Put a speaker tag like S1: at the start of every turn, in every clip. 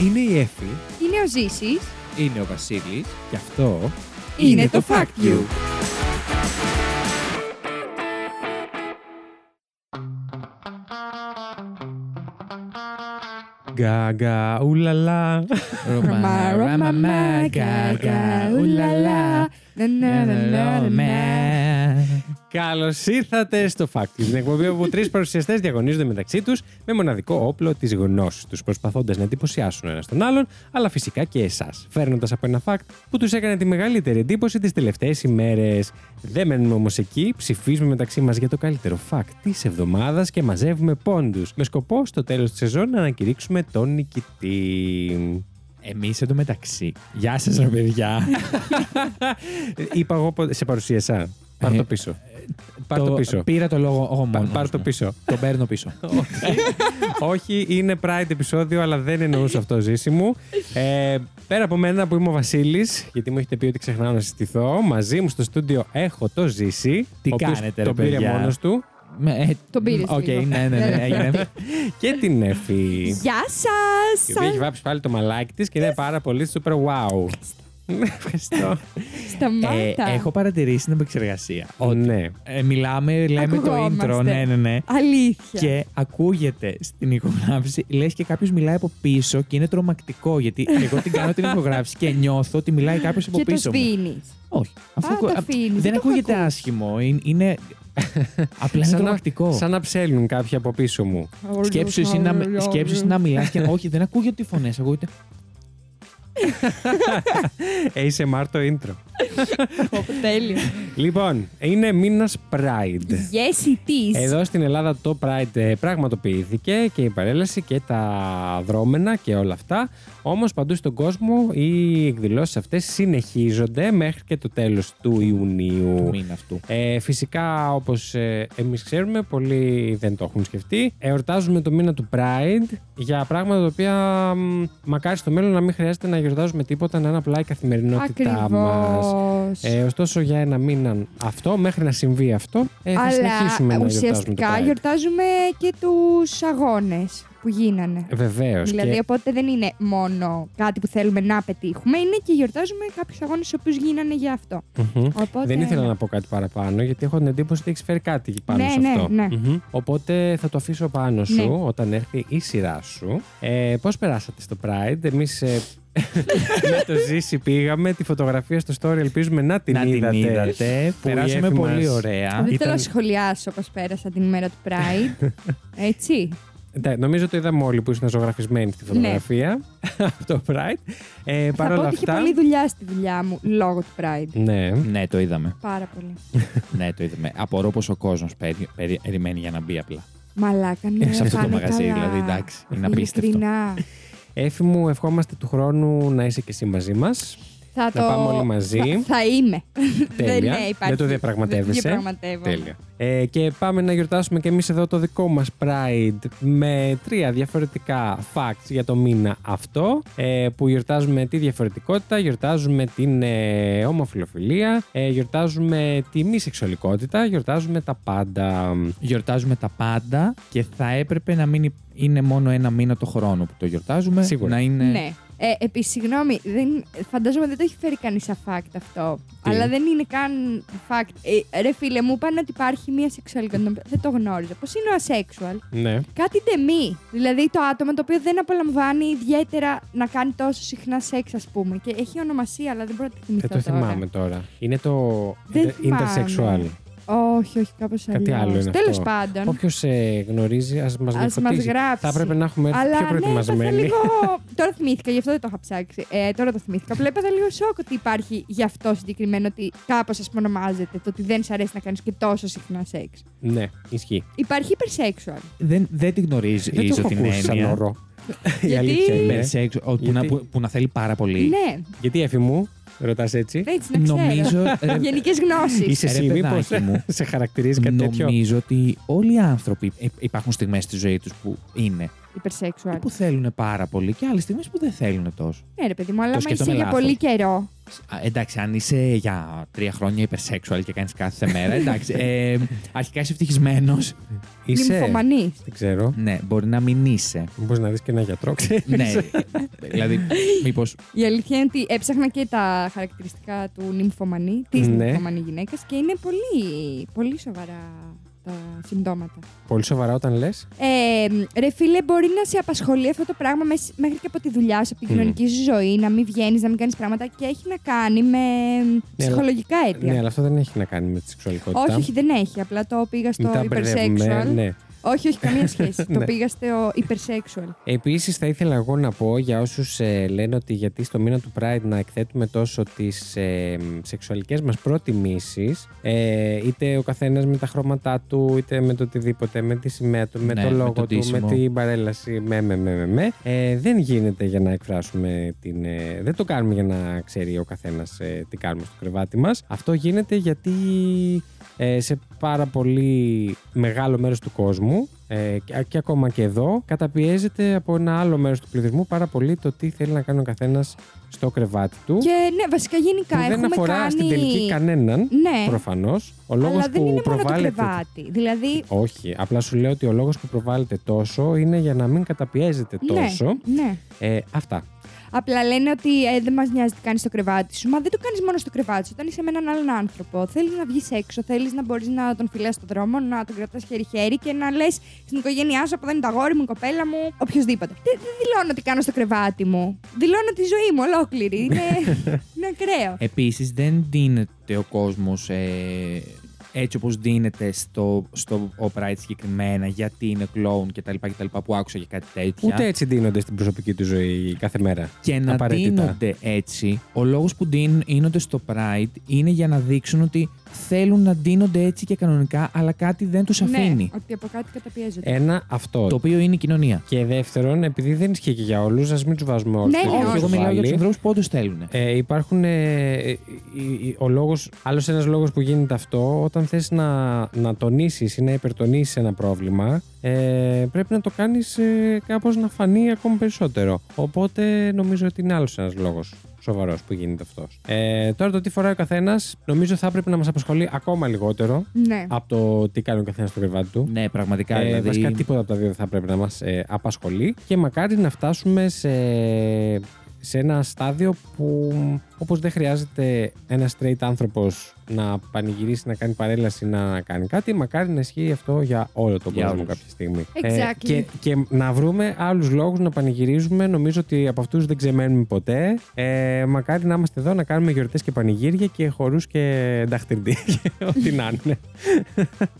S1: Είναι η Εφη,
S2: Είναι ο Ζήσης.
S1: είναι ο Βασίλης και αυτό
S2: Είναι το Fact You.
S1: Γκάγκα, ουλαλά.
S2: Ρωμά, ρωμά, μα, γκάγκα, ουλαλά. Να, να, να, να, να, να.
S1: Καλώς ήρθατε στο Fact You, την εκπομπή όπου τρεις παρουσιαστές διαγωνίζονται μεταξύ τους με μοναδικό όπλο της γνώσης τους, προσπαθώντας να εντυπωσιάσουν ένας τον άλλον, αλλά φυσικά και εσάς, φέρνοντας από ένα fact που τους έκανε τη μεγαλύτερη εντύπωση τις τελευταίες ημέρες. Δεν μένουμε όμως εκεί, ψηφίζουμε μεταξύ μας για το καλύτερο fact της εβδομάδας και μαζεύουμε πόντους, με σκοπό στο τέλος της σεζόν να ανακηρύξουμε τον νικητή.
S3: Εμείς εντωμεταξύ. Γεια σας, ρε παιδιά.
S1: Ε, Είπα εγώ πο- σε παρουσίασα. Πάρ το πίσω. Πάρ Ε, το πίσω.
S3: Πήρα το λόγο εγώ
S1: Πα-
S3: μόνος.
S1: Πάρ το πίσω.
S3: Τον παίρνω πίσω.
S1: Όχι, είναι Pride επεισόδιο, αλλά δεν εννοούσα αυτό, Ζήση μου. Ε, πέρα από μένα που είμαι ο Βασίλης, γιατί μου έχετε πει ότι ξεχνάω να συστηθώ, μαζί μου στο στούντιο έχω το Ζήση.
S3: Τι
S1: ο οποίος
S3: κάνετε, ρε
S1: Τον πήρε
S3: παιδιά.
S1: μόνος του.
S3: Με- ε,
S2: Τον πήρες
S3: Οκ,
S2: λίγο.
S3: ναι, ναι, ναι,
S2: Ναι.
S3: έγινε.
S1: Και την Εφη.
S2: Γεια σας.
S1: Η οποία έχει βάψει πάλι το μαλάκι της και είναι πάρα πολύ super wow. Ευχαριστώ.
S3: Ε,
S2: Σταμάτα.
S3: Έχω παρατηρήσει την επεξεργασία.
S1: Ω, ναι.
S3: Ε, μιλάμε, λέμε το intro,
S2: Ακουγόμαστε.
S3: ναι, ναι, ναι.
S2: Αλήθεια.
S3: Και ακούγεται στην ηχογράφηση, λες και κάποιος μιλάει από πίσω και είναι τρομακτικό. Γιατί εγώ την κάνω την ηχογράφηση και νιώθω ότι μιλάει κάποιος από
S2: Και το
S3: πίσω. μου.
S2: σβήνεις.
S3: Όχι.
S2: Α,
S3: ακου-
S2: το αφήνεις, δεν
S3: δεν
S2: το
S3: ακούγεται
S2: ακούω.
S3: άσχημο. Είναι. είναι- Απλά είναι
S1: Σαν να-
S3: τρομακτικό.
S1: Σαν να ψέλνουν κάποιοι από πίσω μου.
S3: Σκέψου εσύ να, σκέψου εσύ να μιλάς και όχι δεν ακούγεται οι φωνές, ακούγεται
S1: ASMR το Ε, intro.
S2: Πω, Τέλειος.
S1: Λοιπόν, είναι μήνας Pride.
S3: Ναι.
S2: Yes it is.
S1: Εδώ στην Ελλάδα το Pride ε, πραγματοποιήθηκε και η παρέλαση και τα δρόμενα και όλα αυτά. Όμως παντού στον κόσμο οι εκδηλώσεις αυτές συνεχίζονται μέχρι και το τέλος του Ιουνίου.
S3: του μήνα αυτού.
S1: Ε, φυσικά, όπως ε, εμείς ξέρουμε, πολλοί δεν το έχουν σκεφτεί. Εορτάζουμε το μήνα του Pride για πράγματα τα οποία μ, μακάρι στο μέλλον να μην χρειάζεται να γιορτάζουμε τίποτα, να είναι απλά η καθημερινότητά μα.
S2: Ακριβώς.
S1: Ε, ωστόσο, για ένα μήνα αυτό, μέχρι να συμβεί αυτό, ε, θα συνεχίσουμε
S2: Αλλά
S1: να
S2: ουσιαστικά
S1: γιορτάζουμε.
S2: γιορτάζουμε και τους αγώνες που γίνανε.
S1: Βεβαίως.
S2: Δηλαδή, οπότε δεν είναι μόνο κάτι που θέλουμε να πετύχουμε, είναι και γιορτάζουμε κάποιους αγώνες του οποίου γίνανε για αυτό. Οπότε,
S1: Δεν ήθελα
S2: ναι.
S1: να πω κάτι παραπάνω, γιατί έχω την εντύπωση ότι έχεις φέρει κάτι εκεί πάνω
S2: Ναι,
S1: σε
S2: ναι,
S1: αυτό.
S2: ναι.
S1: Μμμ. Οπότε θα το αφήσω πάνω σου
S2: Ναι.
S1: όταν έρθει η σειρά σου. Ε, Πώς περάσατε στο Pride, εμείς. με το ζήσει πήγαμε τη φωτογραφία στο story ελπίζουμε να την
S3: Να την
S1: είδατε,
S3: είδατε,
S1: που η
S3: περάσαμε
S1: Εφη
S3: πολύ
S1: μας-
S3: ωραία.
S2: Δεν θέλω
S1: ήταν-
S2: να σχολιάσω πώ πέρασα την ημέρα του Pride. Έτσι.
S1: Ναι, νομίζω το είδαμε όλοι που ήσουν ζωγραφισμένοι στη φωτογραφία από το Pride ε, παρ'
S2: Ναι. Θα πω
S1: όλα
S2: ότι είχε
S1: αυτά
S2: πολλή δουλειά στη δουλειά μου λόγω του Pride.
S1: ναι.
S3: Ναι, το είδαμε.
S2: Πάρα πολύ.
S3: Ναι, το είδαμε. Απορώ πως ο κόσμος περι- περι- περιμένει για να μπει απλά.
S2: Μαλάκα, ναι,
S3: Σε αυτό το
S2: πάνε
S3: μαγαζί,
S2: καλά.
S3: δηλαδή, εντάξει, είναι απίστευτο.
S2: Ειλικρινά.
S1: Εφη μου ευχόμαστε του χρόνου να είσαι και εσύ μαζί μας
S2: Θα
S1: Να πάμε όλοι μαζί.
S2: Θα, θα είμαι.
S1: Τέλεια.
S2: δεν, ναι, υπάρχει.
S1: Δεν το διαπραγματεύεσαι.
S2: Δεν διαπραγματεύομαι.
S1: Τέλεια. Ε, και πάμε να γιορτάσουμε και εμείς εδώ το δικό μας Pride με τρία διαφορετικά facts για το μήνα αυτό ε, που γιορτάζουμε τη διαφορετικότητα, γιορτάζουμε την ε, ομοφιλοφιλία, ε, γιορτάζουμε τη μη σεξουαλικότητα, γιορτάζουμε τα πάντα.
S3: Γιορτάζουμε τα πάντα και θα έπρεπε να μην υ- είναι μόνο ένα μήνα το χρόνο που το γιορτάζουμε.
S1: Σίγουρα.
S3: Να είναι...
S2: Ναι. Ε, Επίσης, συγγνώμη, δεν, φαντάζομαι δεν το έχει φέρει κανείς σαν fact αυτό.
S1: Τι?
S2: Αλλά δεν είναι καν fact. Ε, ρε φίλε, μου είπαν ότι υπάρχει μία σεξουαλικότητα. Δεν το γνώριζα. Πώς είναι ο asexual.
S1: Ναι.
S2: Κάτι ντεμή. Δηλαδή το άτομο το οποίο δεν απολαμβάνει ιδιαίτερα να κάνει τόσο συχνά σεξ, ας πούμε. Και έχει ονομασία, αλλά δεν μπορώ να τη θυμηθώ.
S1: Δεν Ε, το
S2: τώρα.
S1: θυμάμαι τώρα. Είναι το
S2: Δεν
S1: inter- intersexual.
S2: θυμάμαι. Όχι, όχι, κάπως αλλιώ.
S1: Κάτι άλλο είναι
S2: Τέλος
S1: αυτό.
S2: πάντων.
S1: Όποιος ε, γνωρίζει, ας μας
S2: Ας μας
S1: διαφωτίσει.
S2: γράψει.
S1: Θα έπρεπε να έχουμε έρθει
S2: Αλλά
S1: πιο
S2: ναι, έπαθα
S1: προετοιμασμένοι.
S2: λίγο. τώρα θυμήθηκα, γι' αυτό δεν το είχα ψάξει. Ε, τώρα το θυμήθηκα. Απλά έπαθα λίγο σοκ ότι υπάρχει γι' αυτό συγκεκριμένο ότι κάπως ας πούμε ονομάζεται. Το ότι δεν σ' αρέσει να κάνεις και τόσο συχνά σεξ.
S1: ναι, ισχύει.
S2: Υπάρχει hypersexual.
S3: Δεν, δεν την γνωρίζει
S1: Δεν το έχω
S3: την
S1: ακούσει σαν
S3: έννοια.
S1: όρο. Η
S2: Γιατί-
S1: αλήθεια είναι.
S3: Υπερσεξ, ο- που, να,
S1: Γιατί-
S3: που, που να θέλει πάρα πολύ.
S2: Ναι.
S1: Γιατί έφη μου, Ρωτάς έτσι.
S2: Έτσι, να ξέρω.
S3: Νομίζω. ρε,
S2: Γενικές γνώσεις.
S1: Είσαι
S3: ρε,
S1: εσύ, μήπως
S3: παιδάκι μου.
S1: σε χαρακτηρίζεις κάτι τέτοιο.
S3: Νομίζω ότι όλοι οι άνθρωποι ε, υπάρχουν στιγμές στη ζωή τους που είναι
S2: Υπερσεξουαλ.
S3: που θέλουν πάρα πολύ και άλλες στιγμές που δεν θέλουν τόσο.
S2: Ναι, ρε παιδί μου, αλλά άμα είσαι
S3: σκέφτομαι
S2: για
S3: λάθος.
S2: πολύ καιρό.
S3: Α, εντάξει, αν είσαι για τρία χρόνια υπερσεξουαλ και κάνεις κάθε μέρα, εντάξει. Ε, αρχικά είσαι ευτυχισμένος.
S1: Είσαι.
S2: Νυμφωμανή.
S1: Δεν ξέρω.
S3: Ναι, μπορεί να μην είσαι.
S1: Μπορείς να δεις και ένα γιατρό, ξέρεις.
S3: ναι, δηλαδή, μήπως.
S2: Η αλήθεια είναι ότι έψαχνα και τα χαρακτηριστικά του νυμφωμανή, της
S1: Ναι.
S2: νυμφωμανή γυναίκας και είναι πολύ, πολύ σοβαρά τα συμπτώματα.
S1: Πολύ σοβαρά όταν λες.
S2: Ε, ρε φίλε, μπορεί να σε απασχολεί αυτό το πράγμα μες- μέχρι και από τη δουλειά σου, από την
S1: Μμμ.
S2: κοινωνική σου ζωή, να μην βγαίνεις, να μην κάνεις πράγματα και έχει να κάνει με ψυχολογικά αίτια.
S1: Ναι, αλλά αυτό δεν έχει να κάνει με τη σεξουαλικότητα.
S2: όχι, όχι, δεν έχει. Απλά το πήγα στο
S1: Μην τα μπερδεύουμε,
S2: hypersexual.
S1: Ναι.
S2: Όχι, όχι, καμία σχέση. το
S1: Ναι.
S2: πήγα στο hypersexual.
S1: Επίσης, θα ήθελα εγώ να πω για όσους λένε ότι γιατί στο μήνα του Pride να εκθέτουμε τόσο τις ε, σεξουαλικές μας προτιμήσεις, ε, είτε ο καθένας με τα χρώματά του, είτε με το οτιδήποτε, με τη σημαία του, με
S3: Ναι,
S1: το
S3: με
S1: λόγο
S3: το
S1: του, με
S3: ντύσιμο.
S1: την παρέλαση, με, με, με, με, με. Ε, δεν γίνεται για να εκφράσουμε την. ε, δεν το κάνουμε για να ξέρει ο καθένας τι κάνουμε στο κρεβάτι μας. Αυτό γίνεται γιατί ε, σε πάρα πολύ μεγάλο μέρος του κόσμου ε, και, και ακόμα και εδώ καταπιέζεται από ένα άλλο μέρος του πληθυσμού πάρα πολύ το τι θέλει να κάνει ο καθένας στο κρεβάτι του
S2: Και ναι, βασικά γενικά
S1: που δεν
S2: έχουμε
S1: αφορά
S2: κάνει.
S1: στην τελική κανέναν
S2: Ναι,
S1: προφανώς ο λόγος
S2: αλλά δεν
S1: που
S2: είναι μόνο το
S1: προβάλλεται
S2: κρεβάτι. Δηλαδή.
S1: όχι, απλά σου λέω ότι ο λόγος που προβάλλεται τόσο είναι για να μην καταπιέζεται τόσο
S2: Ναι, ναι.
S1: ε, αυτά
S2: Απλά λένε ότι ε, δεν μας νοιάζει τι κάνεις στο κρεβάτι σου. Μα δεν το κάνεις μόνο στο κρεβάτι σου. Όταν είσαι με έναν άλλον άνθρωπο, θέλεις να βγεις έξω, θέλεις να μπορείς να τον φιλά στον δρόμο, να τον κρατάς χέρι-χέρι και να λες στην οικογένειά σου από εδώ είναι το αγόρι μου, η κοπέλα μου, οποιοδήποτε. Δεν δεν δηλώνω τι κάνω στο κρεβάτι μου. Δηλώνω τη ζωή μου ολόκληρη. Είναι, είναι ακραίο.
S3: Επίσης, δεν δίνεται ο κόσμος ε, έτσι όπως δίνεται στο, στο ο Pride συγκεκριμένα, γιατί είναι κλόουν κτλ. κτλ που άκουσα και κάτι τέτοια.
S1: ούτε έτσι ντύνονται στην προσωπική του ζωή κάθε μέρα
S3: και να
S1: απαραίτητα.
S3: δίνονται έτσι. Ο λόγος που δίν- δίνονται στο Pride είναι για να δείξουν ότι θέλουν να δίνονται έτσι και κανονικά, αλλά κάτι δεν τους αφήνει.
S2: Ναι, ότι από κάτι καταπιέζονται.
S1: ένα αυτό
S3: Το οποίο είναι η κοινωνία.
S1: Και δεύτερον, επειδή δεν ισχύει και για όλους, ας μην τους βάζουμε όλους.
S2: Ναι, ναι,
S3: Όχι,
S2: όχι.
S3: εγώ μιλάω για τους ανθρώπους που όντως θέλουν.
S1: ε, υπάρχουν. Ε, ε, η- η- ο λόγος, άλλος ένας λόγος που γίνεται αυτό, όταν θες να, να τονίσεις ή να υπερτονίσεις ένα πρόβλημα, ε, πρέπει να το κάνεις ε, κάπως να φανεί ακόμη περισσότερο. Οπότε νομίζω ότι είναι άλλος ένας λόγος σοβαρός που γίνεται αυτός. Ε, τώρα το τι φοράει ο καθένας, νομίζω θα πρέπει να μας απασχολεί ακόμα λιγότερο
S2: Ναι.
S1: από το τι κάνει ο καθένας στο κρεβάτι του.
S3: Ναι, πραγματικά.
S1: Ε,
S3: δηλαδή,
S1: Βασικά τίποτα από τα δύο δεν θα πρέπει να μας ε, απασχολεί και μακάρι να φτάσουμε σε, σε ένα στάδιο που όπως δεν χρειάζεται ένα straight άνθρωπος να πανηγυρίσει, να κάνει παρέλαση, να κάνει κάτι, μακάρι να ισχύει αυτό για όλο τον
S3: Για
S1: κόσμο
S3: όλους.
S1: κάποια στιγμή. Ε,
S2: Exactly.
S1: και, και να βρούμε άλλους λόγους να πανηγυρίζουμε, νομίζω ότι από αυτούς δεν ξεμένουμε ποτέ. Ε, μακάρι να είμαστε εδώ να κάνουμε γιορτές και πανηγύρια και χορούς και νταχτυρντήρια, ό,τι να είναι.